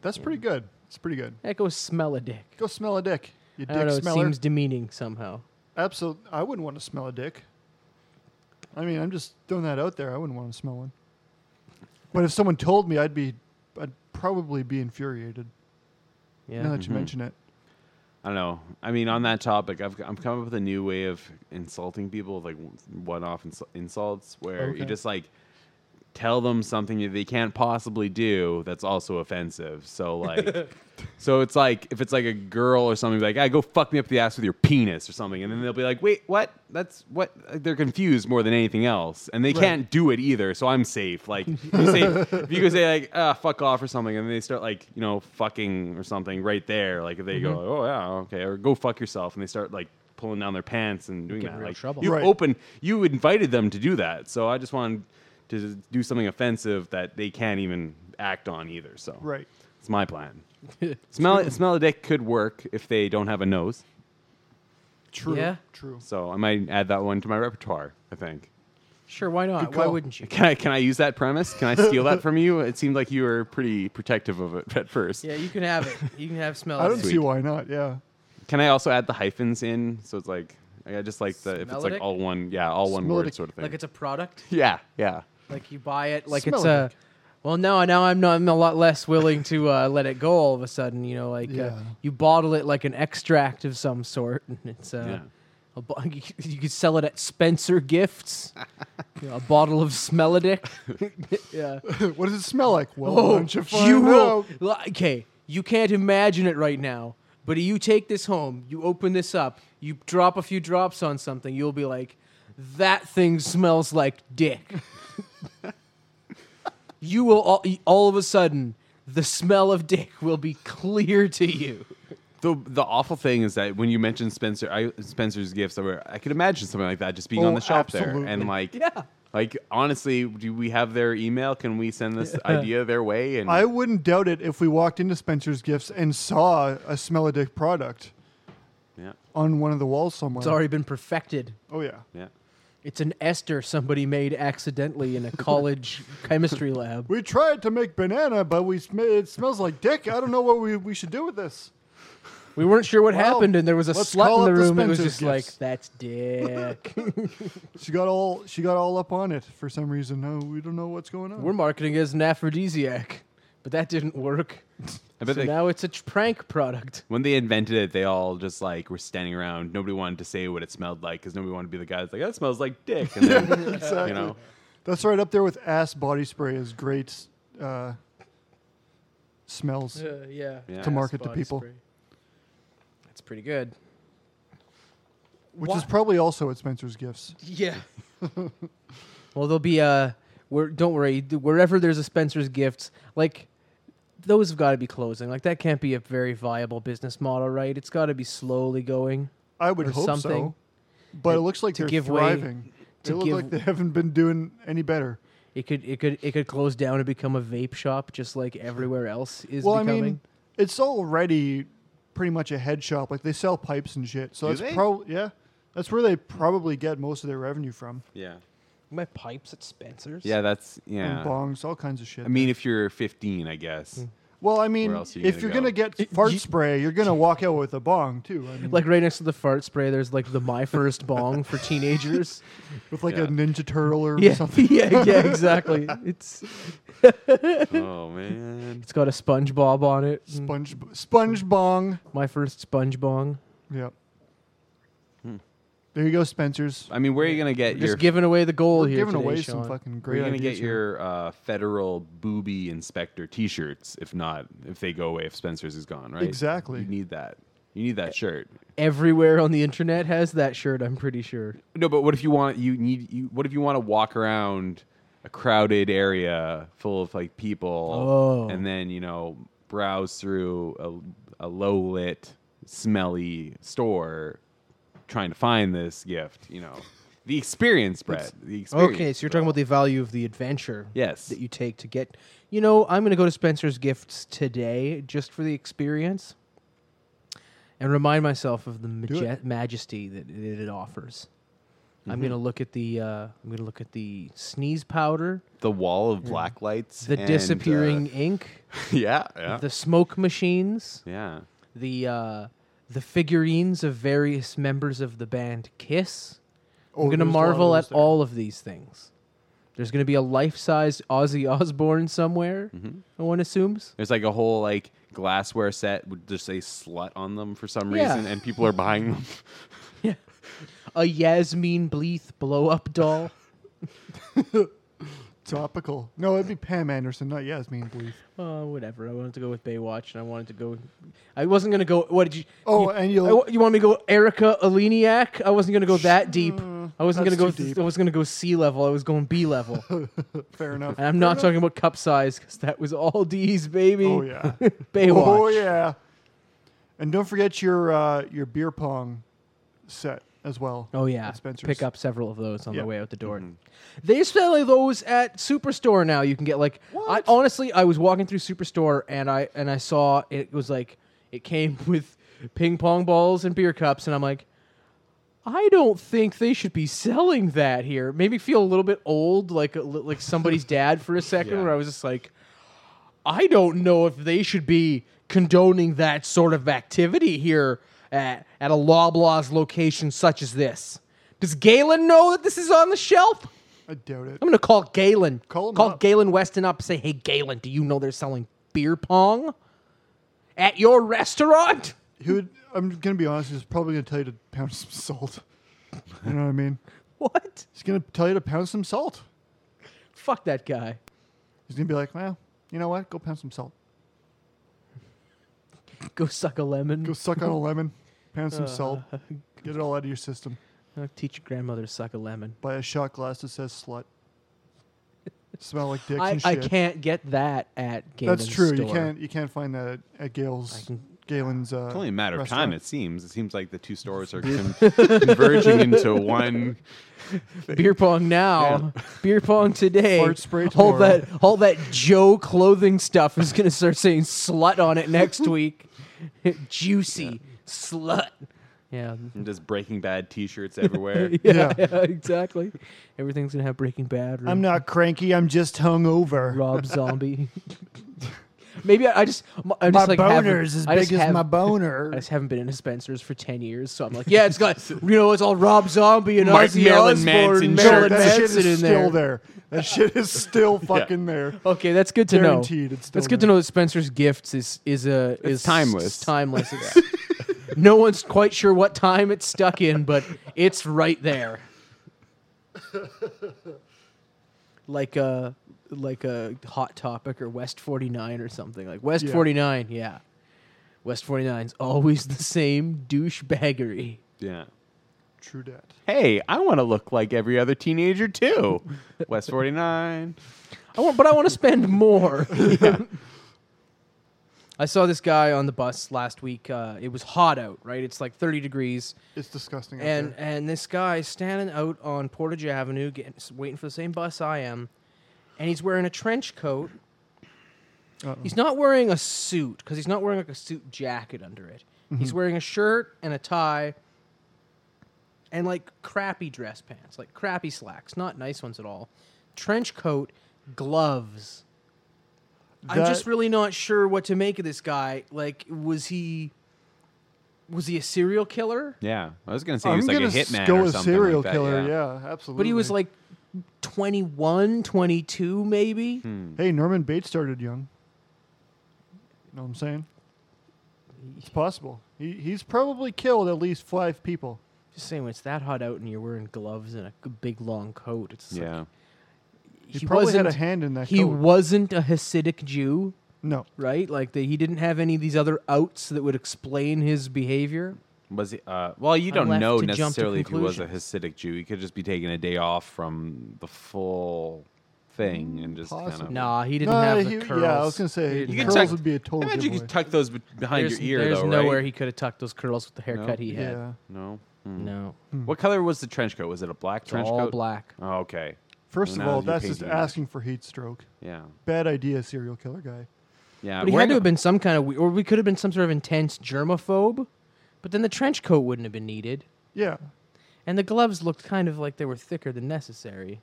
S2: That's pretty good. It's pretty good.
S1: Yeah, go smell a dick.
S2: Go smell a dick. You
S1: I don't
S2: dick
S1: know. It
S2: smeller.
S1: seems demeaning somehow.
S2: Absolutely. I wouldn't want to smell a dick. I mean, I'm just throwing that out there. I wouldn't want to smell one. But if someone told me, I'd be, I'd probably be infuriated.
S1: Yeah.
S3: Mm-hmm.
S2: Now that you mention it,
S3: I don't know. I mean, on that topic, I've I'm coming up with a new way of insulting people, like one-off ins- insults, where you
S2: Okay.
S3: just like tell them something that they can't possibly do that's also offensive. So like, so it's like if it's like a girl or something, be like, "I go fuck me up the ass with your penis" or something, and then they'll be like, "Wait, what? That's what?" They're confused more than anything else, and they can't do it either. So I'm safe. Like, you say, if you go say like, "Ah, fuck off" or something, and they start like, you know, fucking or something right there. Like if they
S1: Mm-hmm.
S3: go, "Oh yeah, okay," or "Go fuck yourself," and they start like pulling down their pants and doing
S1: Get in
S3: that.
S1: real
S3: Like,
S1: trouble.
S3: you
S2: Right.
S3: open, you invited them to do that. So I just wanted to do something offensive that they can't even act on either. So
S2: Right.
S3: it's my plan. smell it, smell a dick could work if they don't have a nose.
S2: True.
S1: Yeah.
S2: True.
S3: So I might add that one to my repertoire. I think.
S1: Sure, why not?
S2: Good
S1: Why
S2: call.
S1: wouldn't you?
S3: Can I can I use that premise? Can I steal that from you? It seemed like you were pretty protective of it at first.
S1: Yeah, you can have it. You can have smell.
S2: I
S1: it.
S2: don't see
S3: Sweet.
S2: why not. Yeah.
S3: Can I also add the hyphens in? So it's like I just like the if it's like
S1: Smelodic?
S3: all one, yeah, all one word
S2: Smelodic.
S3: sort of thing.
S1: Like it's a product.
S3: yeah, yeah.
S1: Like you buy it. Like it's
S2: Smell
S1: a.
S2: it.
S1: Well, no, now I'm not. I'm a lot less willing to uh, let it go. All of a sudden, you know, like uh,
S2: Yeah.
S1: you bottle it like an extract of some sort, and it's uh,
S3: Yeah.
S1: a bo- you, could- you could sell it at Spencer Gifts. You know, a bottle of Smelodic. yeah.
S2: what does it smell like? Well, why
S1: Oh,
S2: don't you find
S1: you will.
S2: out?
S1: Li- Okay, you can't imagine it right now, but you take this home, you open this up, you drop a few drops on something, you'll be like, that thing smells like dick. you will all, all of a sudden, the smell of dick will be clear to you.
S3: The the awful thing is that when you mentioned Spencer, I, Spencer's gifts, I, were- I could imagine something like that just being on
S2: Oh,
S3: the shelf there,
S2: absolutely.
S3: and like,
S1: Yeah.
S3: like honestly, do we have their email? Can we send this idea their way? And
S2: I wouldn't doubt it if we walked into Spencer's Gifts and saw a smell a dick product
S3: yeah,
S2: on one of the walls somewhere.
S1: It's already been perfected.
S2: Oh yeah.
S3: yeah,
S1: It's an ester somebody made accidentally in a college chemistry lab.
S2: We tried to make banana, but we sm- it smells like dick. I don't know what we, we should do with this.
S1: We weren't sure what
S2: Well,
S1: happened, and there was a
S2: let's
S1: slut
S2: call
S1: in the
S2: up the
S1: room. It was
S2: Spencer's
S1: just like,
S2: Gifts.
S1: that's dick.
S2: She got all she got all up on it for some reason. No, we don't know what's going on.
S1: We're marketing it as an aphrodisiac, but that didn't work.
S3: I
S1: so
S3: bet they,
S1: now it's a tr- prank product.
S3: when they invented it, they all just like were standing around. Nobody wanted to say what it smelled like because nobody wanted to be the guy that's like that smells like dick. And then,
S2: exactly.
S3: you know,
S2: That's right up there with ass body spray is great uh, smells.
S1: Uh, yeah.
S3: Yeah.
S2: To market to people.
S1: That's pretty good.
S2: Which is
S1: Why-
S2: probably also at Spencer's Gifts.
S1: Yeah. well, there'll be a. We're, don't worry. th- Wherever there's a Spencer's Gifts, like those have got to be closing. Like that can't be a very viable business model, right? It's got to be slowly going.
S2: I would
S1: Or
S2: hope
S1: something.
S2: so. But it looks like
S1: to
S2: they're
S1: give way-
S2: thriving.
S1: to
S2: they look
S1: give-
S2: like they haven't been doing any better.
S1: It could, it could, it could close down and become a vape shop, just like everywhere else is
S2: well,
S1: becoming.
S2: I mean, it's already pretty much a head shop. Like they sell pipes and shit. So
S3: Do
S2: that's
S3: they?
S2: probably yeah. That's where they probably get most of their revenue from.
S3: yeah,
S1: My pipes at Spencer's.
S3: yeah, that's
S2: And
S3: yeah.
S2: bongs, all kinds of shit.
S3: I mean, if you're 15, I guess.
S2: well, I mean,
S3: Where else are you
S2: if
S3: gonna
S2: you're
S3: go?
S2: gonna get
S1: It-
S2: fart
S1: you-
S2: spray, you're gonna walk out with a bong too. I mean,
S1: Like right next to the fart spray, there's like the my first bong for teenagers.
S2: with like
S3: yeah.
S2: a Ninja Turtle or
S1: yeah,
S2: something.
S1: yeah, yeah, exactly. It's
S2: Hmm.
S3: oh man,
S1: it's got a SpongeBob on it. Mm,
S2: Sponge Sponge Bong.
S1: My first sponge bong.
S2: Yep.
S3: Hmm.
S2: There you go, Spencer's.
S3: I mean, where are you gonna get
S1: We're
S3: your
S1: just giving away the goal
S2: We're
S1: here.
S2: giving
S1: today,
S2: away
S1: Sean.
S2: some fucking
S3: We're
S2: great
S3: gonna
S2: ideas.
S3: get
S2: here.
S3: your uh, federal booby inspector T-shirts if not if they go away if Spencer's is gone, right?
S2: Exactly.
S3: You need that. You need that shirt.
S1: Everywhere on the internet has that shirt. I'm pretty sure.
S3: No, but what if you want you need you what if you want to walk around a crowded area full of like people
S1: Oh.
S3: and then you know browse through a, a low lit smelly store trying to find this gift, you know. The experience, Brett. The experience.
S1: Okay, so you're talking e about the value of the adventure.
S3: Yes.
S1: That you take to get. You know, I'm going to go to Spencer's Gifts today just for the experience and remind myself of the
S2: it. Mm-hmm.
S1: maje- majesty that, that it offers. I'm going to look at the uh, I'm going to look at the sneeze powder,
S3: the wall of black lights,
S1: the
S3: and, uh,
S1: disappearing ink,
S3: yeah, yeah,
S1: the smoke machines,
S3: yeah.
S1: the uh, the figurines of various members of the band Kiss.
S2: Oh,
S1: I'm going to
S2: there's a lot of
S1: marvel
S2: those
S1: at
S2: there.
S1: all of these things. There's going to be a life-sized Ozzy Osbourne somewhere.
S2: Mm-hmm.
S1: One assumes.
S3: There's like a whole like glassware set would just say slut on them for some
S1: Yeah.
S3: reason, and people are buying them.
S1: Yeah. A Yasmin Bleeth blow-up doll.
S2: Topical. No, it'd be Pam Anderson, not Yasmin Bleeth.
S1: Oh, whatever. I wanted to go with Baywatch, and I wanted to go. I wasn't gonna go. What did you?
S2: Oh,
S1: you,
S2: and
S1: I
S2: you'll.
S1: wa- you want me to go Erica Aleniak? I wasn't gonna go that deep. I wasn't
S2: mm, that's
S1: gonna go.
S2: too deep.
S1: I was gonna go C level. I was going B level, and
S2: fair enough.
S1: I'm not talking about cup size because that was all D's, baby.
S2: Oh yeah.
S1: Baywatch.
S2: oh yeah. And don't forget your uh, your beer pong set as well.
S1: Oh yeah,
S2: at Spencer's.
S1: pick up several of those on
S2: Yeah. Mm-hmm.
S1: the way out the door. They're selling those at Superstore now. You can get like I, honestly, I was walking through Superstore and I and I saw it was like it came with ping pong balls and beer cups, and I'm like, I don't think they should be selling that here. Made me feel a little bit old, like a, li- like somebody's dad for a second,
S3: Yeah.
S1: where I was just like, I don't know if they should be condoning that sort of activity here at, at a Loblaws location such as this. Does Galen know that this is on the shelf?
S2: I doubt it.
S1: I'm gonna call Galen.
S2: Call him up.
S1: Galen Weston up. Say, hey, Galen, do you know they're selling beer pong at your restaurant?
S2: He would, I'm gonna be honest. He's probably gonna tell you to pound some salt. You know what I mean?
S1: What?
S2: He's gonna tell you to pound some salt.
S1: Fuck that guy.
S2: He's gonna be like, well, you know what? Go pound some salt.
S1: Go suck a lemon.
S2: Go suck on a lemon. Pound some
S1: Uh,
S2: salt. Get it all out of your system.
S1: I'll teach your grandmother to suck a lemon.
S2: Buy a shot glass that says slut. Smell like dicks
S1: I,
S2: and shit.
S1: I can't get that at Galen's
S2: That's true. You
S1: store.
S2: can't you can't find that at, at
S1: I
S2: Gail's
S1: can-
S2: Galen's. Uh,
S3: It's only a matter of time.
S2: restaurant.
S3: It seems. It seems like the two stores are con- converging into one.
S1: Beer pong now. Beer pong today.
S2: Fart spray
S1: all
S2: tomorrow.
S1: that all that Joe clothing stuff is gonna start saying slut on it next week. Juicy slut. Yeah.
S3: And just Breaking Bad T-shirts everywhere.
S2: Yeah.
S1: yeah, exactly. Everything's gonna have Breaking Bad. Or
S2: I'm not cranky. I'm just hungover.
S1: Rob Zombie. Maybe I, I just m- I
S2: my
S1: just like haven't-
S2: boner's as
S1: I
S2: big
S1: just
S2: as
S1: have-
S2: my
S1: I
S2: boner.
S1: just haven't been in a Spencer's for ten years, so I'm like, yeah, it's got you know, it's all Rob Zombie and
S3: Mark-
S1: Ozzy
S3: Marilyn
S1: Osbourne,
S3: Manson
S1: Marilyn
S3: shirts.
S2: that shit
S1: Manson
S2: is
S1: in there.
S2: still there. That shit is still fucking there.
S1: Okay, that's good to
S2: Guaranteed
S1: know.
S2: it's still
S1: that's good to
S2: there.
S1: know that Spencer's gifts is is a is
S3: timeless.
S1: It's timeless. It's, no one's quite sure what time it's stuck in, but it's right there. Like a like a hot topic or West 49 or something. Like West
S2: Yeah.
S1: 49, yeah. West 49's always the same douchebaggery.
S3: yeah.
S2: True dat.
S3: Hey, I want to look like every other teenager too. West 49.
S1: I want, but I want to spend more. I saw this guy on the bus last week. Uh, it was hot out, right? It's like 30 degrees,
S2: It's disgusting. out
S1: and
S2: there.
S1: and this guy standing out on Portage Avenue, getting, waiting for the same bus I am, and he's wearing a trench coat. He's not wearing a suit because he's not wearing like a suit jacket under it. He's wearing a shirt and a tie, and like crappy dress pants, like crappy slacks, not nice ones at all. Trench coat, gloves. I'm
S2: That-
S1: just really not sure what to make of this guy. Like, was he was he a serial killer?
S3: Yeah, I was gonna say he
S2: I'm
S3: was like a
S2: gonna
S3: hitman
S2: go
S3: or
S2: a
S3: something
S2: serial
S3: like that,
S2: killer. Yeah. absolutely.
S1: But he was like 21, 22 maybe.
S3: Hmm.
S2: hey, Norman Bates started young. You know what I'm saying? It's possible. He, he's probably killed at least five people.
S1: Just saying, when it's that hot out and you're wearing gloves and a g- big long coat, it's like,
S3: Yeah.
S2: He, probably had a
S1: wasn't-
S2: hand in that.
S1: He
S2: coat.
S1: wasn't a Hasidic Jew,
S2: no.
S1: right? Like the, he didn't have any of these other outs that would explain his behavior.
S3: Was he? Uh, well, you
S1: I'm
S3: don't
S1: left
S3: know
S1: to jump to
S3: necessarily if he was a Hasidic Jew. He could just be taking a day off from the full thing and just kind
S2: possible.
S3: of.
S1: Nah, he didn't
S2: No,
S1: have the
S2: he-
S1: curls.
S2: yeah, I was gonna say
S1: He didn't
S3: You could
S2: curls
S1: have-
S3: tuck-
S2: would be a total.
S3: imagine you
S2: giveaway.
S3: could tuck those be- behind
S1: There's,
S3: your ear
S1: there's
S3: though,
S1: nowhere
S3: right?
S1: he could have tucked those curls with the haircut he had.
S2: Yeah,
S3: No. Hmm.
S1: No,
S3: What color was the trench coat? Was it a black
S1: it's
S3: trench
S1: all
S3: coat?
S1: black.
S3: Oh, okay.
S2: First
S3: Well,
S2: of
S3: now
S2: all,
S3: you're
S2: that's just
S3: painting it.
S2: asking for heat stroke.
S3: Yeah.
S2: Bad idea, serial killer guy.
S3: Yeah.
S1: But he
S3: wearing
S1: had to
S3: a-
S1: have been some kind of, we- or we could have been some sort of intense germaphobe. But then the trench coat wouldn't have been needed,
S2: Yeah.
S1: and the gloves looked kind of like they were thicker than necessary.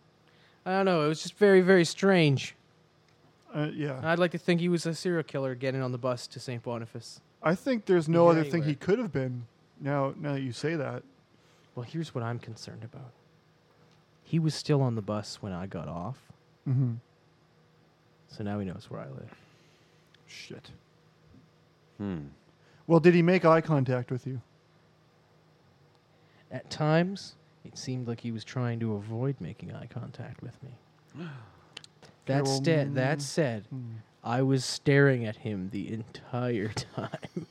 S1: I don't know. It was just very, very strange.
S2: Uh, yeah.
S1: I'd like to think he was a serial killer getting on the bus to St. Boniface.
S2: I think there's no other thing
S1: anywhere.
S2: he could have been. Now, now that you say that,
S1: Well, here's what I'm concerned about. He was still on the bus when I got off,
S2: Mm-hmm.
S1: so now he knows where I live.
S2: Shit.
S3: Hmm.
S2: Well, did he make eye contact with you?
S1: At times, it seemed like he was trying to avoid making eye contact with me. That,
S2: well,
S1: sta- that
S2: mm.
S1: said,
S2: Hmm.
S1: I was staring at him the entire time.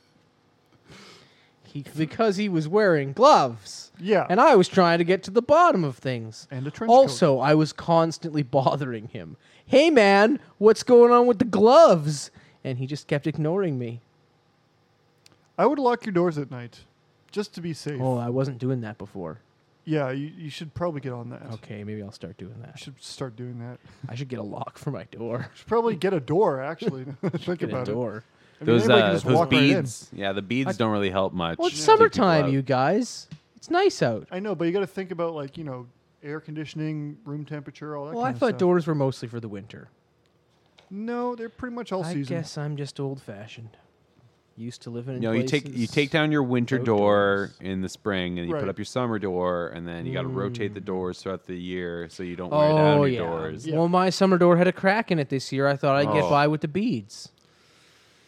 S1: he, because he was wearing gloves,
S2: Yeah.
S1: and I was trying to get to the bottom of things.
S2: And a trench coat.
S1: Also, I was constantly bothering him. Hey, man, what's going on with the gloves? And he just kept ignoring me.
S2: I would lock your doors at night, just to be safe.
S1: Oh, I wasn't doing that before.
S2: Yeah, you, you should probably get on that.
S1: Okay, maybe I'll start doing
S2: You
S1: that.
S2: should start doing that.
S1: I should get a lock for my door.
S2: should probably get a door. Actually, now that I think
S1: Get a
S2: about it.
S1: door.
S2: I mean,
S3: Those
S2: anybody can
S3: uh,
S2: just
S3: those
S2: walk right in.
S3: beads. yeah, the beads don't really help much.
S1: Well, it's
S3: to keep people
S1: summertime,
S3: out.
S1: you guys. It's nice out.
S2: I know, but you got to think about like you know air conditioning, room temperature, all that.
S1: Well, I
S2: kind
S1: thought
S2: of stuff.
S1: doors were mostly for the winter.
S2: No, they're pretty much all
S1: I
S2: season.
S1: guess I'm just old fashioned. Used to living in
S3: No, you take you
S1: places-
S3: take down your winter door
S1: outdoors.
S3: in the spring, and you
S2: Right.
S3: put up your summer door, and then you got to rotate the doors throughout the year so you don't wear down
S1: Mm. Oh
S3: your
S1: yeah.
S3: doors.
S2: Yeah.
S1: Well, my summer door had a crack in it this year. I thought I'd get
S3: Oh.
S1: by with the beads.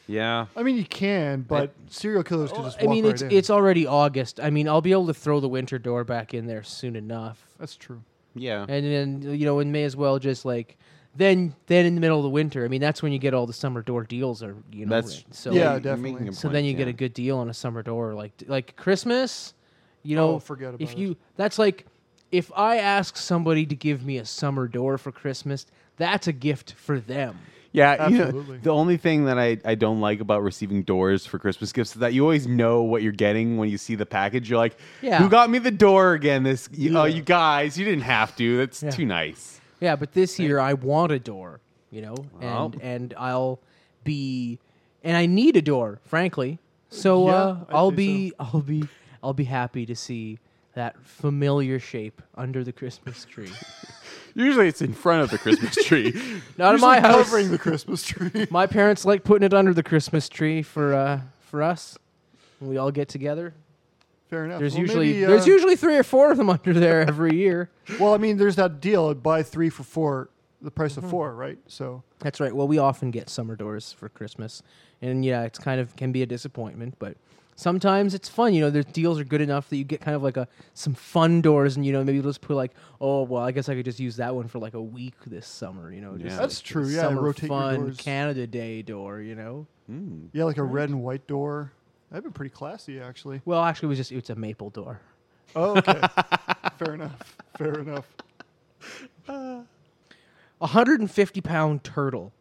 S3: Yeah,
S2: I mean, you can, but serial killers can
S1: Well,
S2: just
S1: Oh, I
S2: walk
S1: mean,
S2: right
S1: it's
S2: in.
S1: it's already August. I mean, I'll be able to throw the winter door back in there soon enough,
S2: That's true.
S3: yeah.
S1: and then you know, and may as well just like then then in the middle of the winter. I mean, that's when you get all the summer door deals are you know
S3: That's
S1: right? so
S2: Yeah,
S3: you're
S2: definitely.
S3: making a
S1: so
S3: point,
S1: then you
S3: yeah.
S1: get a good deal on a summer door like like Christmas. You know,
S2: Oh, forget
S1: if
S2: about
S1: you that's like if I ask somebody to give me a summer door for Christmas, that's a gift for them.
S3: Yeah, you know,
S2: Absolutely.
S3: the only thing that I, I don't like about receiving doors for Christmas gifts is that you always know what you're getting when you see the package. You're like,
S1: Yeah.
S3: who got me the door again? This, you, oh,
S2: Yeah.
S3: you guys, you didn't have to. That's
S1: Yeah.
S3: too nice.
S1: Yeah, but this year I want a door, you know,
S3: Well.
S1: and and I'll be and I need a door, frankly. So
S2: Yeah,
S1: uh,
S2: I'd
S1: I'll
S2: say
S1: be I'll be I'll be happy to see that familiar shape under the Christmas tree.
S3: Usually it's in front of the Christmas tree.
S1: Not in
S2: Usually
S1: my house.
S2: covering the Christmas tree.
S1: My parents like putting it under the Christmas tree for uh, for us. When we all get together.
S2: Fair enough.
S1: There's
S2: Well,
S1: usually
S2: maybe,
S1: there's
S2: uh,
S1: usually three or four of them under there every year.
S2: Well, I mean, there's that deal: buy three for four, the price
S1: Mm-hmm.
S2: of four, right? So
S1: That's right. Well, we often get summer doors for Christmas, and yeah, it's kind of can be a disappointment, but sometimes it's fun. You know, their deals are good enough that you get kind of like a some fun doors, and you know maybe you'll just put like, oh well, I guess I could just use that one for like a week this summer. You know, just
S3: Yeah.
S1: like
S2: That's
S1: a
S2: true, yeah,
S1: summer
S2: rotate your
S1: fun
S2: doors.
S1: Canada Day door. You know,
S3: Hmm.
S2: yeah, like a red and white door. That'd be pretty classy, actually.
S1: well, actually, it was just it's a maple door.
S2: Oh, okay. Fair enough. Fair enough.
S1: A hundred and fifty pound turtle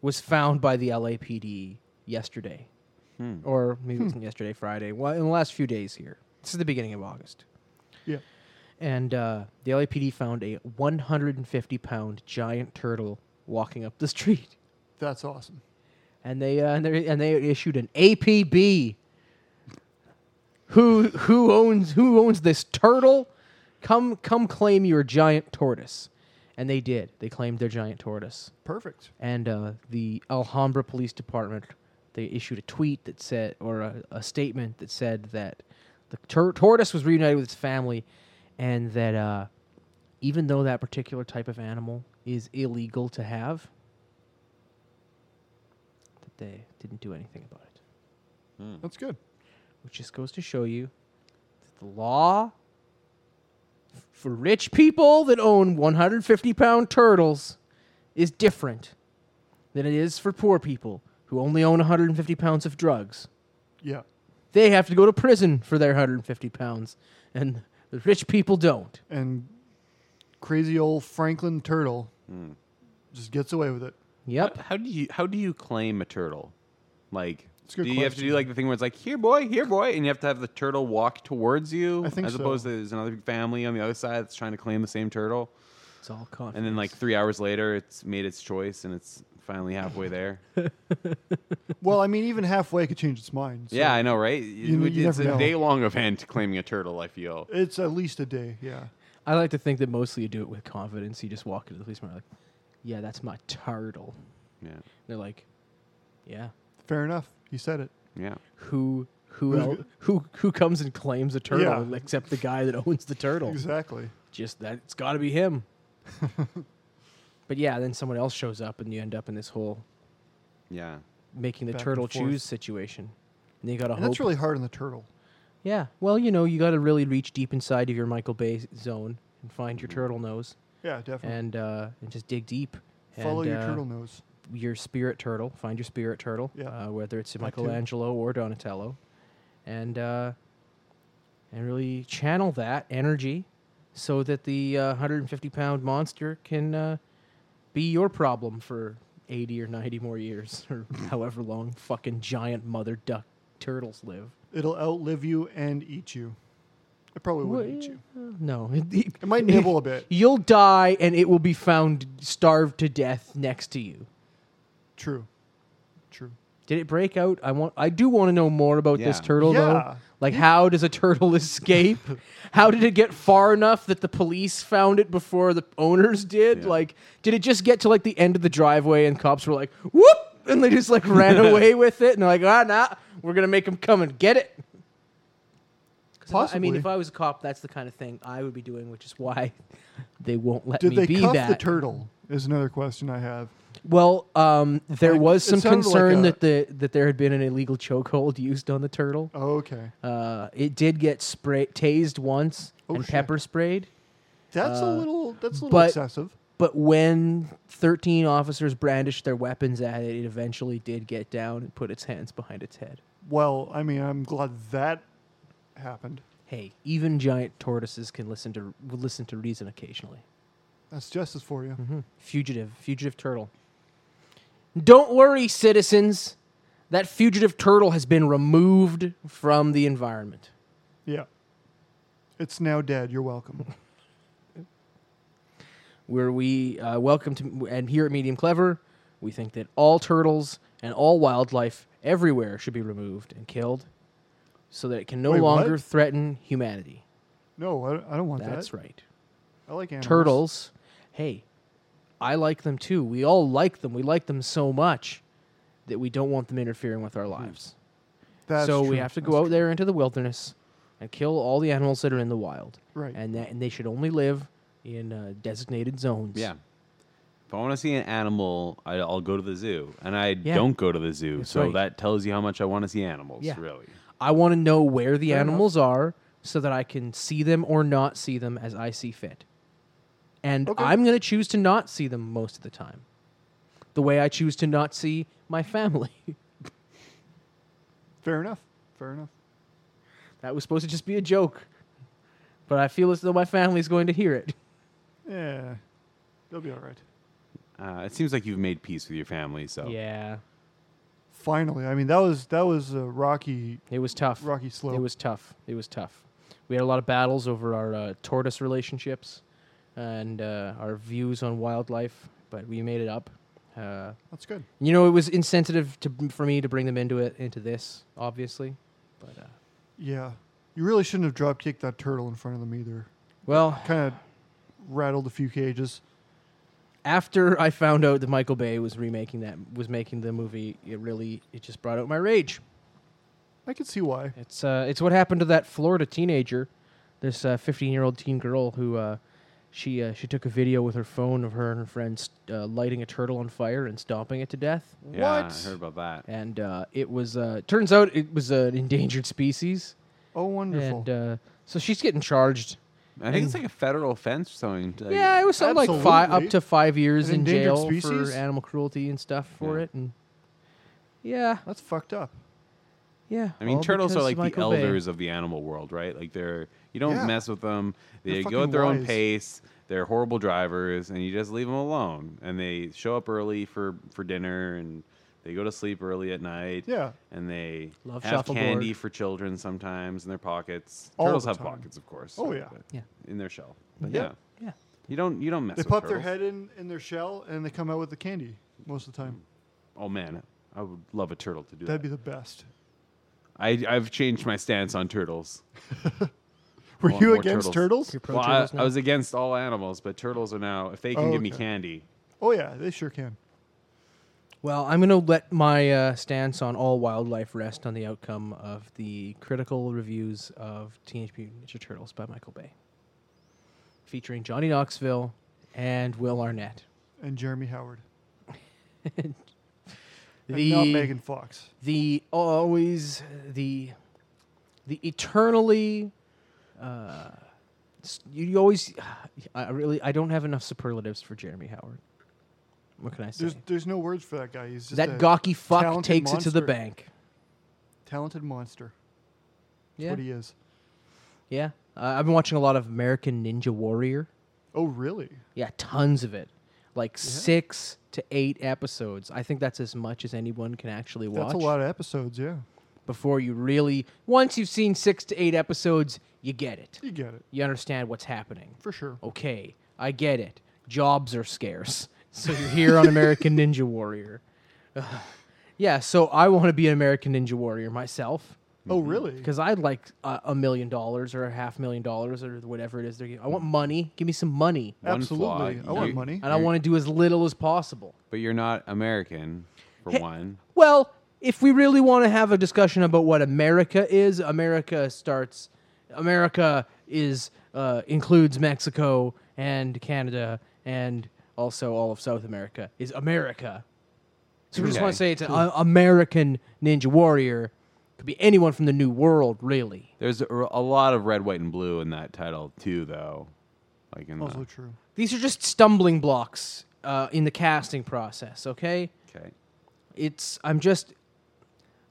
S1: was found by the LAPD yesterday, or maybe it wasn't yesterday, Friday. Well, in the last few days here. This is the beginning of August.
S2: Yeah.
S1: and uh, the LAPD found a 150 pound giant turtle walking up the street,
S2: That's awesome.
S1: and they uh, and they and they issued an APB. Who who owns who owns this turtle? Come come claim your giant tortoise, and they did. They claimed their giant tortoise,
S2: Perfect.
S1: and uh, the Alhambra Police Department they issued a tweet that said or a, a statement that said that the tur- tortoise was reunited with its family, and that. Uh, even though that particular type of animal is illegal to have, that they didn't do anything about it. Hmm.
S2: That's good.
S1: Which just goes to show you that the law f- for rich people that own 150 pound turtles is different than it is for poor people who only own 150 pounds of drugs.
S2: Yeah.
S1: They have to go to prison for their 150 pounds, and the rich people don't.
S2: And crazy old Franklin Turtle just gets away with it.
S1: Yep.
S3: How do you how do you claim a turtle? Like,
S2: It's a
S3: do
S2: good
S3: you have to do
S2: question.
S3: like the thing where it's like, here boy, here boy, and you have to have the turtle walk towards you,
S2: I think
S3: as
S2: so.
S3: opposed to there's another big family on the other side that's trying to claim the same turtle.
S1: It's all confidence.
S3: And then like three hours later, it's made its choice and it's finally halfway there.
S2: Well, I mean, even halfway could change its mind. so
S3: yeah, I know, right?
S2: you
S3: it's
S2: never
S3: a
S2: know.
S3: day long event claiming a turtle. I feel.
S2: It's at least a day. Yeah.
S1: I like to think that mostly you do it with confidence. You just walk into the policeman and are like, "Yeah, that's my turtle."
S3: Yeah,
S1: And they're like, "Yeah,
S2: Fair enough. He said it.
S3: yeah.
S1: who who
S2: Who's
S1: el-
S2: g-
S1: who who comes and claims a turtle
S2: Yeah.
S1: except the guy that owns the turtle?"
S2: Exactly.
S1: just that it's got to be him. but yeah, then someone else shows up, and you end up in this whole
S3: Yeah.
S1: making the
S2: Back and
S1: turtle
S2: forth.
S1: choose situation. And you got to
S2: And
S1: hope.
S2: that's really hard on the turtle.
S1: yeah. Well, you know, you got to really reach deep inside of your Michael Bay zone and find
S2: Mm-hmm.
S1: your turtle nose
S2: Yeah, definitely.
S1: and uh, and just dig deep.
S2: Follow
S1: and,
S2: your
S1: uh,
S2: turtle nose.
S1: your spirit turtle. Find your spirit turtle,
S2: Yeah.
S1: uh, whether it's
S2: That too.
S1: Michelangelo or Donatello, and uh, and really channel that energy so that the uh, 150 pound monster can uh, be your problem for 80 or 90 more years, or however long fucking giant mother duck turtles live.
S2: It'll outlive you and eat you. It probably would
S1: Well,
S2: eat you.
S1: uh, No, it,
S2: It might nibble a bit.
S1: You'll die, and it will be found starved to death next to you.
S2: True. True.
S1: Did it break out? I want. I do want to know more about this
S3: Yeah.
S1: turtle,
S2: Yeah.
S1: though. Like, how does a turtle escape? how did it get far enough that the police found it before the owners did?
S3: Yeah.
S1: Like, did it just get to like the end of the driveway and cops were like, "Whoop!" and they just like ran away with it and they're like, "Ah, nah, we're gonna make them come and get it." 'Cause if I- I mean,
S2: Possibly.
S1: if I was a cop, that's the kind of thing I would be doing, which is why they won't let
S2: Did
S1: me
S2: they
S1: be
S2: cuff
S1: that.
S2: the turtle? Is another question I have.
S1: Well, um, there
S2: Like,
S1: was
S2: it
S1: some
S2: sounded like
S1: concern
S2: a-
S1: that the that there had been an illegal chokehold used on the turtle.
S2: Oh, okay.
S1: Uh, it did get spray tased once
S2: Oh,
S1: and
S2: shit.
S1: pepper sprayed,
S2: That's a
S1: Uh,
S2: little that's a little
S1: but-
S2: excessive.
S1: but when thirteen officers brandished their weapons at it, it eventually did get down and put its hands behind its head.
S2: Well, I mean, I'm glad that happened.
S1: Hey, even giant tortoises can listen to will listen to reason occasionally.
S2: That's justice for you.
S1: Mm-hmm. Fugitive, fugitive turtle. Don't worry, citizens. That fugitive turtle has been removed from the environment.
S2: Yeah. It's now dead. You're welcome.
S1: where we uh, welcome to and here at Medium Clever, we think that all turtles and all wildlife everywhere should be removed and killed, so that it can no
S2: Wait, what?
S1: longer threaten humanity.
S2: No, I, I don't want
S1: That's
S2: that.
S1: right,
S2: I like animals.
S1: turtles. Hey, I like them too. We all like them. We like them so much that we don't want them interfering with our lives.
S2: Hmm. That's
S1: so we
S2: true.
S1: have to
S2: That's
S1: go out there into the wilderness and kill all the animals that are in the wild,
S2: Right.
S1: and that, and they should only live in uh, designated zones.
S3: Yeah. If I want to see an animal, I, I'll go to the zoo, and I
S1: Yeah.
S3: don't go to the zoo,
S1: That's
S3: so
S1: right.
S3: that tells you how much I want to see animals.
S1: Yeah.
S3: Really.
S1: I want to know where the
S2: Fair enough.
S1: animals are so that I can see them or not see them as I see fit. And
S2: Okay.
S1: I'm going to choose to not see them most of the time. The way I choose to not see my family.
S2: Fair enough. Fair enough.
S1: that was supposed to just be a joke. But I feel as though my family's going to hear it.
S2: Yeah. They'll be all right.
S3: Uh, it seems like you've made peace with your family,
S2: Oh.
S3: so
S1: Yeah.
S2: Finally, I mean, that was that was a rocky
S1: It was tough.
S2: rocky slope.
S1: It was tough. It was tough. We had a lot of battles over our uh, tortoise relationships and uh, our views on wildlife, but we made it up. Uh,
S2: That's good.
S1: You know, it was insensitive to for me to bring them into it into this, obviously. But uh,
S2: Yeah. You really shouldn't have drop kicked that turtle in front of them either.
S1: well,
S2: Kind of rattled a few cages.
S1: after I found out that Michael Bay was remaking that was making the movie, it really it just brought out my rage.
S2: I can see why.
S1: It's uh, it's what happened to that Florida teenager, this uh, 15-year-old teen girl who uh, she uh, she took a video with her phone of her and her friends uh, lighting a turtle on fire and stomping it to death.
S3: Yeah,
S2: What?
S3: I heard about that.
S1: And uh, it was uh, turns out it was an endangered species,
S2: Oh, wonderful.
S1: and uh, so she's getting charged
S3: I think it's like a federal offense or something. to, like-
S1: Yeah, it was something like five, up
S2: Absolutely.
S1: to five years
S2: An
S1: in
S2: endangered
S1: jail
S2: species?
S1: for animal cruelty and stuff for
S3: Yeah.
S1: it, and yeah,
S2: That's fucked up.
S1: yeah.
S3: I mean,
S1: all
S3: turtles are
S1: because
S3: like the
S1: Michael Bay.
S3: elders of the animal world, right? Like they're you don't
S2: Yeah.
S3: mess with them. They
S2: They're
S3: go
S2: fucking
S3: at their own
S2: wise.
S3: pace. They're horrible drivers, and you just leave them alone. And they show up early for for dinner, and they go to sleep early at night.
S2: Yeah.
S3: and they
S1: Love
S3: have
S1: shuffleboard.
S3: candy for children sometimes in their pockets.
S2: All
S3: turtles
S2: the
S3: have
S2: time.
S3: pockets, of course.
S2: Oh,
S3: uh,
S2: yeah.
S3: but
S1: Yeah.
S3: in their shell. But
S2: Yeah.
S3: yeah.
S1: Yeah.
S3: you don't you don't mess.
S2: They
S3: with
S2: pop their
S3: turtles.
S2: head in, in their shell and they come out with the candy most of the
S1: Mm,
S2: time.
S3: Oh man, I would love a turtle to do
S2: That'd be
S3: that.
S2: the best.
S3: I I've changed my stance on turtles.
S2: Were
S3: want
S2: you
S3: more
S2: against turtles?
S3: turtles.
S1: You're pro
S3: Well, I,
S1: turtles
S3: I
S1: now?
S3: was against all animals, but turtles are now if they can
S2: Oh,
S3: give me
S2: okay.
S3: candy.
S2: Oh yeah, they sure can.
S1: Well, I'm gonna let my uh, stance on all wildlife rest on the outcome of the critical reviews of Teenage Mutant Ninja Turtles by Michael Bay. featuring Johnny Knoxville and Will Arnett.
S2: and Jeremy Howard. And not
S1: The
S2: Megan Fox.
S1: the oh, always the the eternally uh, s- you always I I really I don't have enough superlatives for Jeremy Howard. What can I say?
S2: There's there's no words for that guy. He's just a
S1: that gawky fuck
S2: talented
S1: takes it to the
S2: monster.
S1: bank.
S2: talented monster. That's
S1: Yeah,
S2: what he is.
S1: yeah. Uh, I've been watching a lot of American Ninja Warrior.
S2: Oh really?
S1: Yeah, tons of it. Like six to eight episodes. I think that's as much as anyone can actually watch
S2: That's a lot of episodes. Yeah,
S1: before you really. Once you've seen six to eight episodes, you get it.
S2: you get it
S1: You understand what's happening.
S2: for sure.
S1: Okay, I get it. Jobs are scarce. So you're here on American Ninja Warrior. Ugh. yeah, so I want to be an American Ninja Warrior myself.
S2: Oh really?
S1: Because I'd like uh, a million dollars or a half million dollars or whatever it is they're giving. I want money. Give me some money.
S3: One
S2: Absolutely.
S3: flaw,
S2: I want
S3: you-
S2: money.
S1: And I want to do as little as possible.
S3: But you're not American, for
S1: Hey-
S3: one.
S1: Well, if we really want to have a discussion about what America is, America starts. America is uh, includes Mexico and Canada and also all of South America is America. So we just
S3: Okay.
S1: want to say it's an a- American Ninja Warrior. Could be anyone from the New World, really.
S3: There's a, a lot of red, white, and blue in that title too, though. Like in
S2: Also
S3: the,
S2: true.
S1: These are just stumbling blocks uh, in the casting process. Okay.
S3: okay,
S1: it's I'm just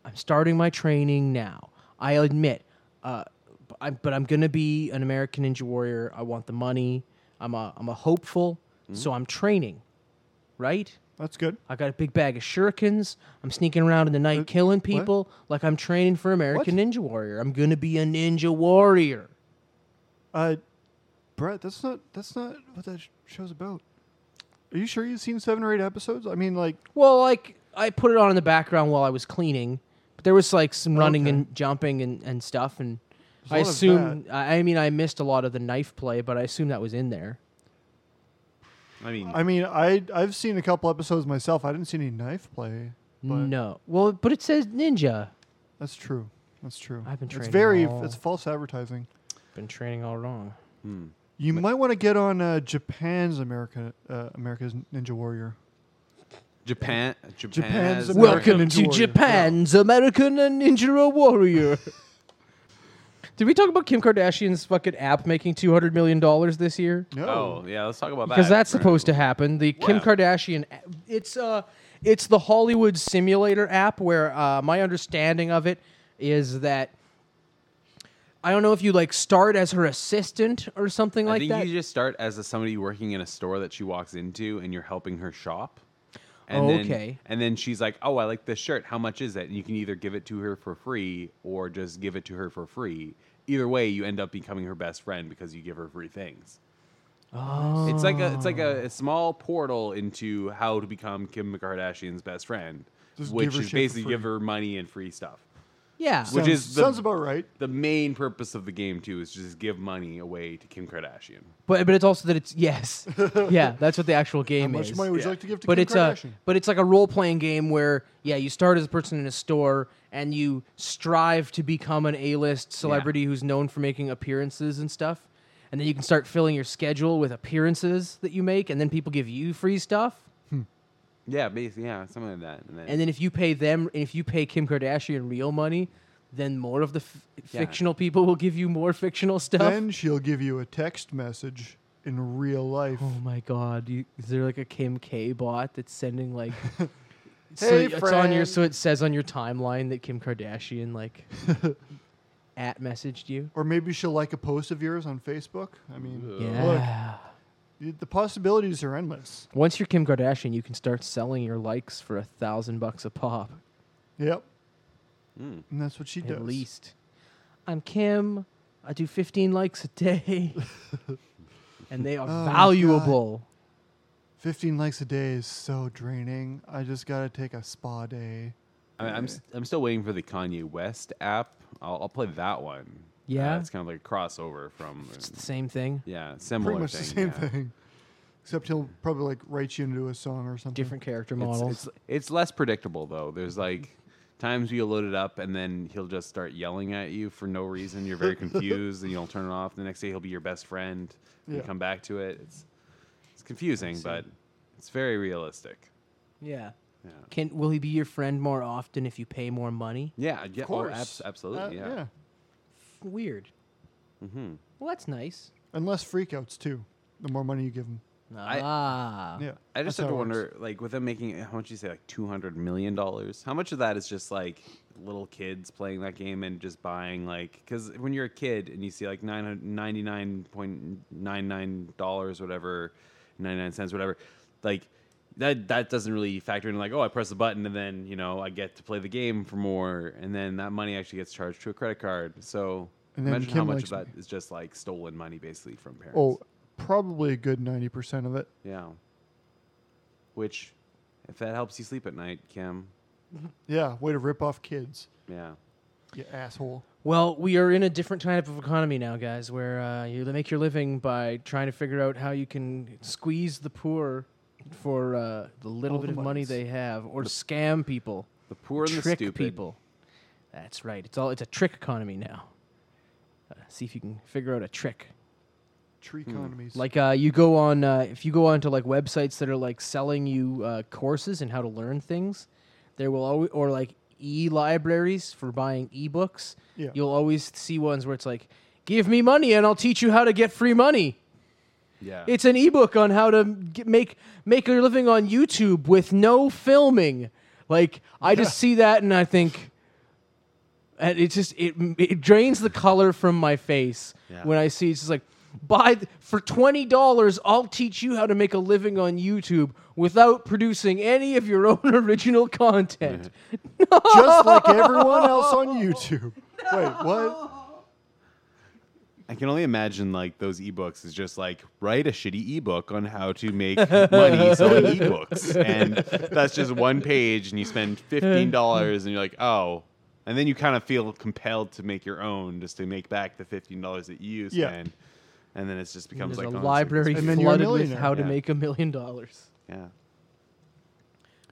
S1: I'm starting my training now. I admit, uh, b- I'm, but I'm gonna be an American Ninja Warrior. I want the money. I'm a I'm a hopeful,
S2: Mm-hmm.
S1: so I'm training, right?
S2: That's good.
S1: I got a big bag of shurikens. I'm sneaking around in the night,
S2: Uh,
S1: killing
S2: what?
S1: people like I'm training for American
S2: What?
S1: Ninja Warrior. I'm gonna be a Ninja Warrior.
S2: Uh, Brett, that's not that's not what that sh- show's about. Are you sure you've seen seven or eight episodes? I mean, like
S1: Well, like I put it on in the background while I was cleaning, but there was like some running
S2: Okay.
S1: and jumping and, and stuff, and
S2: There's a
S1: I
S2: lot of
S1: assume I I mean I missed a lot of the knife play, but I assume that was in there.
S3: I mean,
S2: I mean, I I've seen a couple episodes myself. I didn't see any knife play. But
S1: no, well, but it says ninja.
S2: that's true. That's true.
S1: I've been
S2: It's
S1: training
S2: very
S1: all-
S2: it's false advertising.
S1: Been training all wrong.
S2: You might want to get on uh, Japan's America uh, America's Ninja Warrior.
S3: Japan, Japan,
S2: Japan's
S3: has-
S2: American
S1: Welcome
S2: Ninja
S1: to
S2: Warrior.
S1: Japan's American Ninja Warrior. Did we talk about Kim Kardashian's fucking app making two hundred million dollars this year?
S2: No.
S3: Oh yeah, let's talk about that
S1: because that's
S3: for-
S1: supposed to happen. The Kim
S3: Yeah.
S1: Kardashian, it's uh, it's the Hollywood Simulator app where uh, my understanding of it is that I don't know if you like start as her assistant or something
S3: I
S1: like
S3: think
S1: that.
S3: you just start as a, somebody working in a store that she walks into, and you're helping her shop.
S1: Oh,
S3: then,
S1: okay.
S3: And then she's like, "Oh, I like this shirt. How much is it?" And you can either give it to her for free or just give it to her for free. Either way, you end up becoming her best friend because you give her free things.
S1: oh,
S3: It's like a it's like a, a small portal into how to become Kim Kardashian's best friend,
S2: Just
S3: which
S2: give her
S3: is
S2: shit for
S3: basically give
S2: free.
S3: her money and free stuff.
S1: yeah.
S3: Which
S2: Sounds-
S3: is the-
S2: sounds about right.
S3: The main purpose of the game too is just give money away to Kim Kardashian.
S1: but but it's also that it's yes, yeah. That's what the actual
S2: How
S1: game
S2: much
S1: is.
S2: money would you
S3: Yeah.
S2: like to give to
S1: but
S2: Kim
S1: it's uh,
S2: Kardashian?
S1: a but it's like a role playing game where yeah you start as a person in a store and you strive to become an A list celebrity who's known for making appearances and stuff, and then you can start filling your schedule with appearances that you make, and then people give you free stuff,
S3: Yeah, basically, yeah, something like that. And then,
S1: and then if you pay them if you pay Kim Kardashian real money, then more of the f-
S3: Yeah.
S1: fictional people will give you more fictional stuff.
S2: then she'll give you a text message in real life.
S1: oh my god, you, is there like a Kim K bot that's sending like? So
S2: Hey,
S1: it's on your
S2: friend.
S1: so it says on your timeline that Kim Kardashian like at messaged you.
S2: Or maybe she'll like a post of yours on Facebook. I mean,
S1: Yeah.
S2: y- the possibilities are endless.
S1: Once you're Kim Kardashian, you can start selling your likes for a thousand bucks a pop
S2: Yep.
S3: Hmm.
S2: And that's what she
S1: at
S2: does.
S1: least. I'm Kim. I do 15 likes a day, and they are
S2: Oh, my
S1: valuable.
S2: 15 likes a day is so draining. I just got to take a spa day.
S3: I mean, I'm s- I'm still waiting for the Kanye West app. I'll, I'll play that one.
S1: Yeah?
S3: uh, it's kind of like a crossover from
S1: It's the same thing,
S3: yeah, similar
S2: Pretty much
S3: thing,
S2: the same
S3: yeah.
S2: thing. Except he'll probably like write you into a song or something.
S1: different character
S3: It's,
S1: models.
S3: it's it's less predictable though. There's like Times you'll load it up and then he'll just start yelling at you for no reason. You're very confused and you'll turn it off. The next day he'll be your best friend. and You
S2: Yeah.
S3: come back to it. It's it's confusing, but it's very realistic.
S1: Yeah.
S3: Yeah.
S1: Can will he be your friend more often if you pay more money?
S3: Yeah, yeah,
S2: Of course.
S3: Oh, abs- absolutely.
S2: Uh,
S3: yeah.
S1: Weird.
S3: Mm-hmm.
S1: Well, that's nice.
S2: And less freakouts, too, the more money you give them.
S1: Ah.
S2: Yeah.
S3: Uh, I
S2: that's
S3: just have to
S2: how it works.
S3: wonder, like, with them making how much you say, like two hundred million dollars. How much of that is just like little kids playing that game and just buying, like, because when you're a kid and you see like nine hundred ninety nine point nine nine dollars, whatever, ninety nine cents, whatever, like. That, that doesn't really factor in like oh I press the button and then you know I get to play the game for more and then that money actually gets charged to a credit card so
S2: And then
S3: imagine how
S2: Kim
S3: much of
S2: likes
S3: that is just like stolen money basically from parents
S2: Oh, probably a good 90% of it.
S3: yeah. Which, if that helps you sleep at night, Kim.
S2: Yeah, way to rip off kids,
S3: Yeah.
S2: you asshole.
S1: Well, we are in a different type of economy now, guys, where uh, you make your living by trying to figure out how you can squeeze the poor for uh, the little
S2: All
S1: bit
S2: the
S1: of money
S2: monies.
S1: they have, or scam people,
S3: The poor and
S1: trick
S3: the stupid.
S1: people. That's right. It's all it's a trick economy now. Uh, see if you can figure out a trick.
S2: Tree
S3: Hmm.
S2: economies.
S1: Like uh, you go on, uh, if you go onto like websites that are like selling you uh, courses and how to learn things, there will always or like e libraries for buying ebooks.
S2: Yeah.
S1: You'll always see ones where it's like, "Give me money and I'll teach you how to get free money."
S3: Yeah.
S1: It's an ebook on how to get, make make a living on YouTube with no filming. Like I just see that and I think, and it just it it drains the color from my face
S3: Yeah.
S1: when I see it's just like buy th- for twenty dollars I'll teach you how to make a living on YouTube without producing any of your own original content.
S2: Just like everyone else on YouTube. Wait, what?
S3: I can only imagine like those ebooks is just like write a shitty ebook on how to make money selling ebooks, and that's just one page, and you spend fifteen dollars, and you're like, oh, and then you kind of feel compelled to make your own just to make back the fifteen dollars that you
S2: Yeah.
S3: spend, and then it just becomes
S1: There's
S3: like
S1: a
S3: non-serious.
S1: library
S2: And then you're a
S1: flooded with
S2: millionaire.
S1: how to
S3: Yeah.
S1: make a million dollars.
S3: Yeah.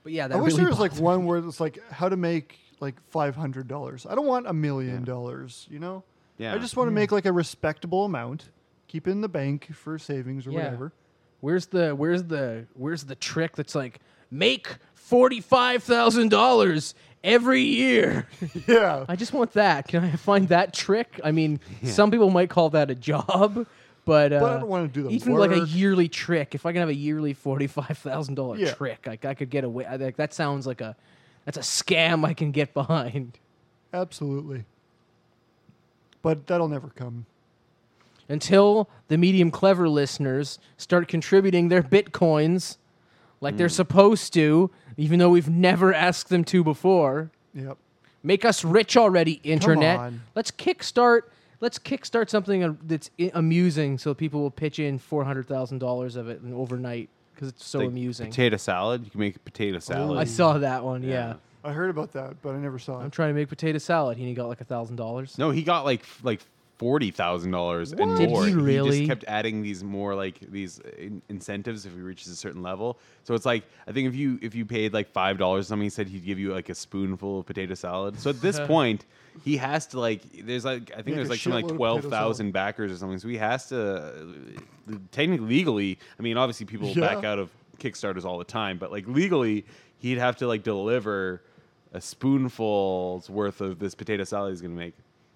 S1: But yeah, that
S2: I wish
S1: really
S2: there was like
S1: bothered me.
S2: one where it's like how to make like $500. I don't want a million
S3: Yeah.
S2: dollars, you know?
S3: Yeah.
S2: I just
S1: Hmm.
S2: want to make like a respectable amount, keep it in the bank for savings or
S1: Yeah.
S2: whatever.
S1: Where's the where's the where's the trick that's like make forty five thousand dollars every year?
S2: Yeah.
S1: I just want that. Can I find that trick? I mean, some people might call that a job, but, uh,
S2: But I don't wanna do the
S1: even like a
S2: work.
S1: yearly trick. If I can have a yearly forty five thousand dollar
S2: Yeah.
S1: trick, like I could get away. I, like that sounds like a that's a scam I can get behind.
S2: Absolutely. But that'll never come.
S1: until the medium clever listeners start contributing their bitcoins like
S2: Hmm.
S1: they're supposed to, even though we've never asked them to before.
S2: Yep.
S1: Make us rich already, internet.
S2: on.
S1: Let's kickstart. Let's kickstart something uh, that's i- amusing, so people will pitch in four hundred thousand dollars of it and overnight because it's so
S3: Like,
S1: amusing. Oh,
S3: Potato salad. You can make potato salad.
S1: I saw that one. Yeah.
S3: Yeah.
S2: I heard about that, but I never saw
S1: I'm
S2: it. Oh,
S1: trying to make potato salad. He only got like a thousand dollars.
S3: No, he got like f- like forty thousand dollars and more.
S1: Did he really?
S3: just kept adding these more like these in- incentives if he reaches a certain level. So it's like I think if you if you paid like five dollars something, he said he'd give you like a spoonful of potato salad. So at this point, he has to like there's like I think
S2: Make
S3: there's
S2: a
S3: like something
S2: shitload
S3: like
S2: of
S3: twelve
S2: potato
S3: thousand
S2: salad.
S3: backers or something. So he has to uh, technically legally. I mean, obviously people
S2: Yeah.
S3: back out of Kickstarters all the time, but like legally, he'd have to like deliver a spoonful's worth of this potato salad he's gonna make.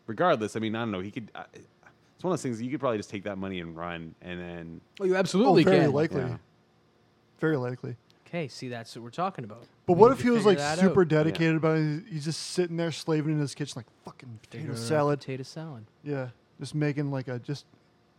S3: Regardless, I mean, I don't know. He could. I, it's one of those things that you could probably just take that money and run, and then
S1: Oh, you
S2: Oh,
S1: absolutely
S2: very
S1: can.
S2: likely.
S3: Yeah.
S2: Very likely.
S1: Okay, see that's what we're talking about.
S2: But
S1: We
S2: what
S1: need
S2: if
S1: to
S2: he was
S1: figure
S2: like
S1: that
S2: super
S1: out.
S2: dedicated about it? He's just sitting there slaving in his kitchen, like fucking
S1: Figure
S2: potato
S1: out
S2: salad.
S1: Potato salad.
S2: yeah, just making like a just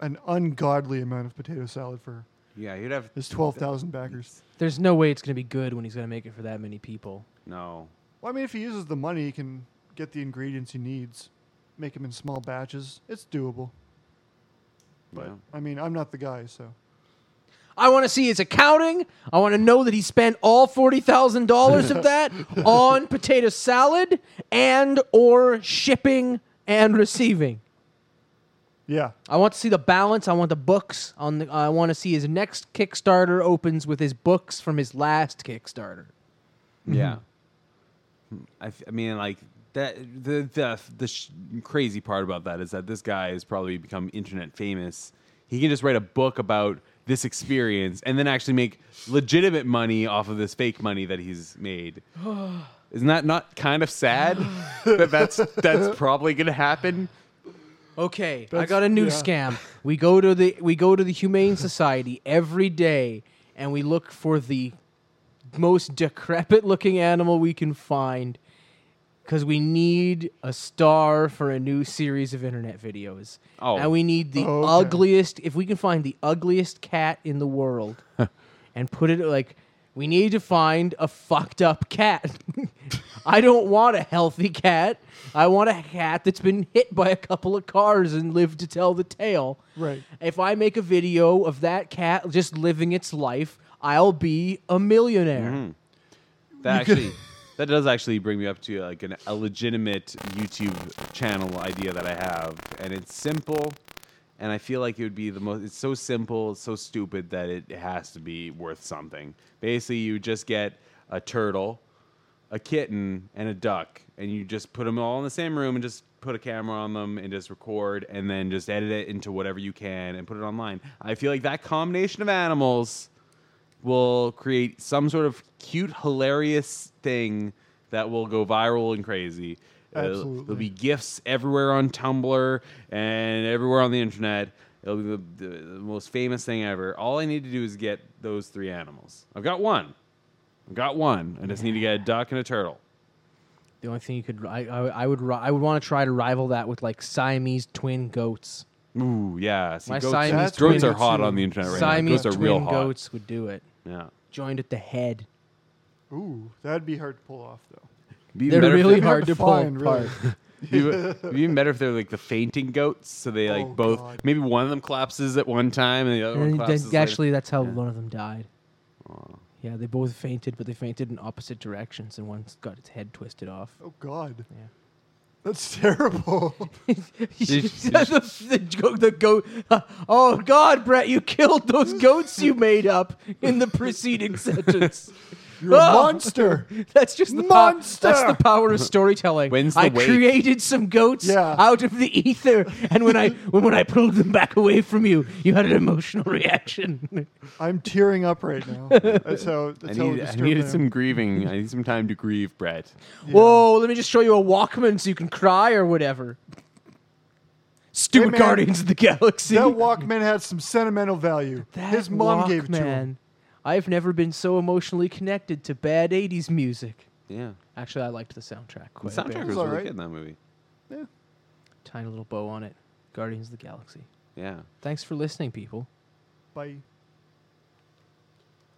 S2: an ungodly amount of potato salad for
S3: yeah, he'd have
S2: his twelve thousand backers.
S1: There's no way it's going to be good when he's going to make it for that many people.
S3: no.
S2: Well, I mean, if he uses the money, he can get the ingredients he needs, make them in small batches. It's doable. But
S3: Yeah.
S2: I mean, I'm not the guy, so
S1: I want to see his accounting. I want to know that he spent all $40,000 of that on potato salad and or shipping and receiving.
S2: yeah,
S1: I want to see the balance. I want the books on the I want to see his next Kickstarter opens with his books from his last Kickstarter.
S3: Yeah. I, f- I mean, like that. The the the sh- crazy part about that is that this guy has probably become internet famous. He can just write a book about this experience and then actually make legitimate money off of this fake money that he's made. Isn't that not kind of sad that that's that's probably going to happen?
S1: Okay, I
S2: That's-
S1: got a new
S2: yeah.
S1: scam. We go to the we go to the Humane Society every day, and we look for the most decrepit looking animal we can find, because we need a star for a new series of internet videos.
S3: Oh.
S1: and we need the
S2: Oh, okay.
S1: ugliest. If we can find the ugliest cat in the world, and put it like. We need to find a fucked up cat. I don't want a healthy cat. I want a cat that's been hit by a couple of cars and lived to tell the tale.
S2: Right.
S1: If I make a video of that cat just living its life, I'll be a millionaire.
S3: Mm-hmm. That actually that does actually bring me up to like an, a legitimate YouTube channel idea that I have, and it's simple, and I feel like it would be the most. It's so simple, it's so stupid that it has to be worth something. Basically, you just get a turtle, a kitten, and a duck, and you just put them all in the same room and just put a camera on them and just record and then just edit it into whatever you can and put it online. I feel like that combination of animals will create some sort of cute, hilarious thing that will go viral and crazy. Uh, there'll
S2: Absolutely.
S3: be gifs everywhere on Tumblr and everywhere on the internet. It'll be the, the, the most famous thing ever. All I need to do is get those three animals. I've got one. I've got one. I just need to get a duck and a turtle.
S1: The only thing you could, I, I, I would, ri- I would want to try to rival that with like Siamese twin goats.
S3: Ooh, yeah. See,
S1: My
S3: goats,
S1: Siamese
S3: goats
S1: twin-
S3: are hot
S2: Siamese
S3: on the internet right
S1: Siamese
S3: now. Goats are
S1: twin
S3: real hot.
S1: goats would do it.
S3: Yeah.
S1: Joined at the head.
S2: Ooh, that'd be hard to pull off though.
S3: Be even
S1: They're
S3: better if
S1: really
S2: It'd be
S1: hard to pull
S2: find, really.
S1: apart.
S3: Be, it'd be even better if they're like the fainting goats, so they like
S2: Oh,
S3: both.
S2: God.
S3: Maybe one of them collapses at one time, and the other one
S1: And
S3: collapses.
S1: then,
S3: later.
S1: actually, that's how one of them died. Yeah, they both fainted, but they fainted in opposite directions, and one's got its head twisted off.
S2: Oh God.
S1: Yeah.
S2: That's terrible.
S1: the, the, go- the goat. Oh God, Brett, you killed those goats you made up in the preceding sentence.
S2: You're a
S1: Oh.
S2: monster.
S1: That's just the pow- that's
S2: Monster!
S1: the power of storytelling.
S3: When's the
S1: I
S3: wake?
S1: created some goats
S2: Yeah.
S1: out of the ether, and when I when, when I pulled them back away from you, you had an emotional reaction.
S2: I'm tearing up right now. That's how.
S3: I,
S2: That's how
S3: need, I
S2: disturbed
S3: needed
S2: am.
S3: some grieving. I need some time to grieve, Brett.
S1: Whoa, let me just show you a Walkman so you can cry or whatever. Stupid
S2: man.
S1: Guardians of the Galaxy.
S2: That Walkman had some sentimental value. His mom gave it to him.
S1: Walkman. I've never been so emotionally connected to bad 80s music.
S3: Yeah,
S1: Actually, I liked the soundtrack
S3: the
S1: quite a
S3: soundtrack
S1: bit.
S3: was
S2: all
S3: really
S2: right.
S3: good in that movie.
S1: Tiny little bow on it. Guardians of the Galaxy.
S3: Yeah,
S1: Thanks for listening, people.
S2: Bye.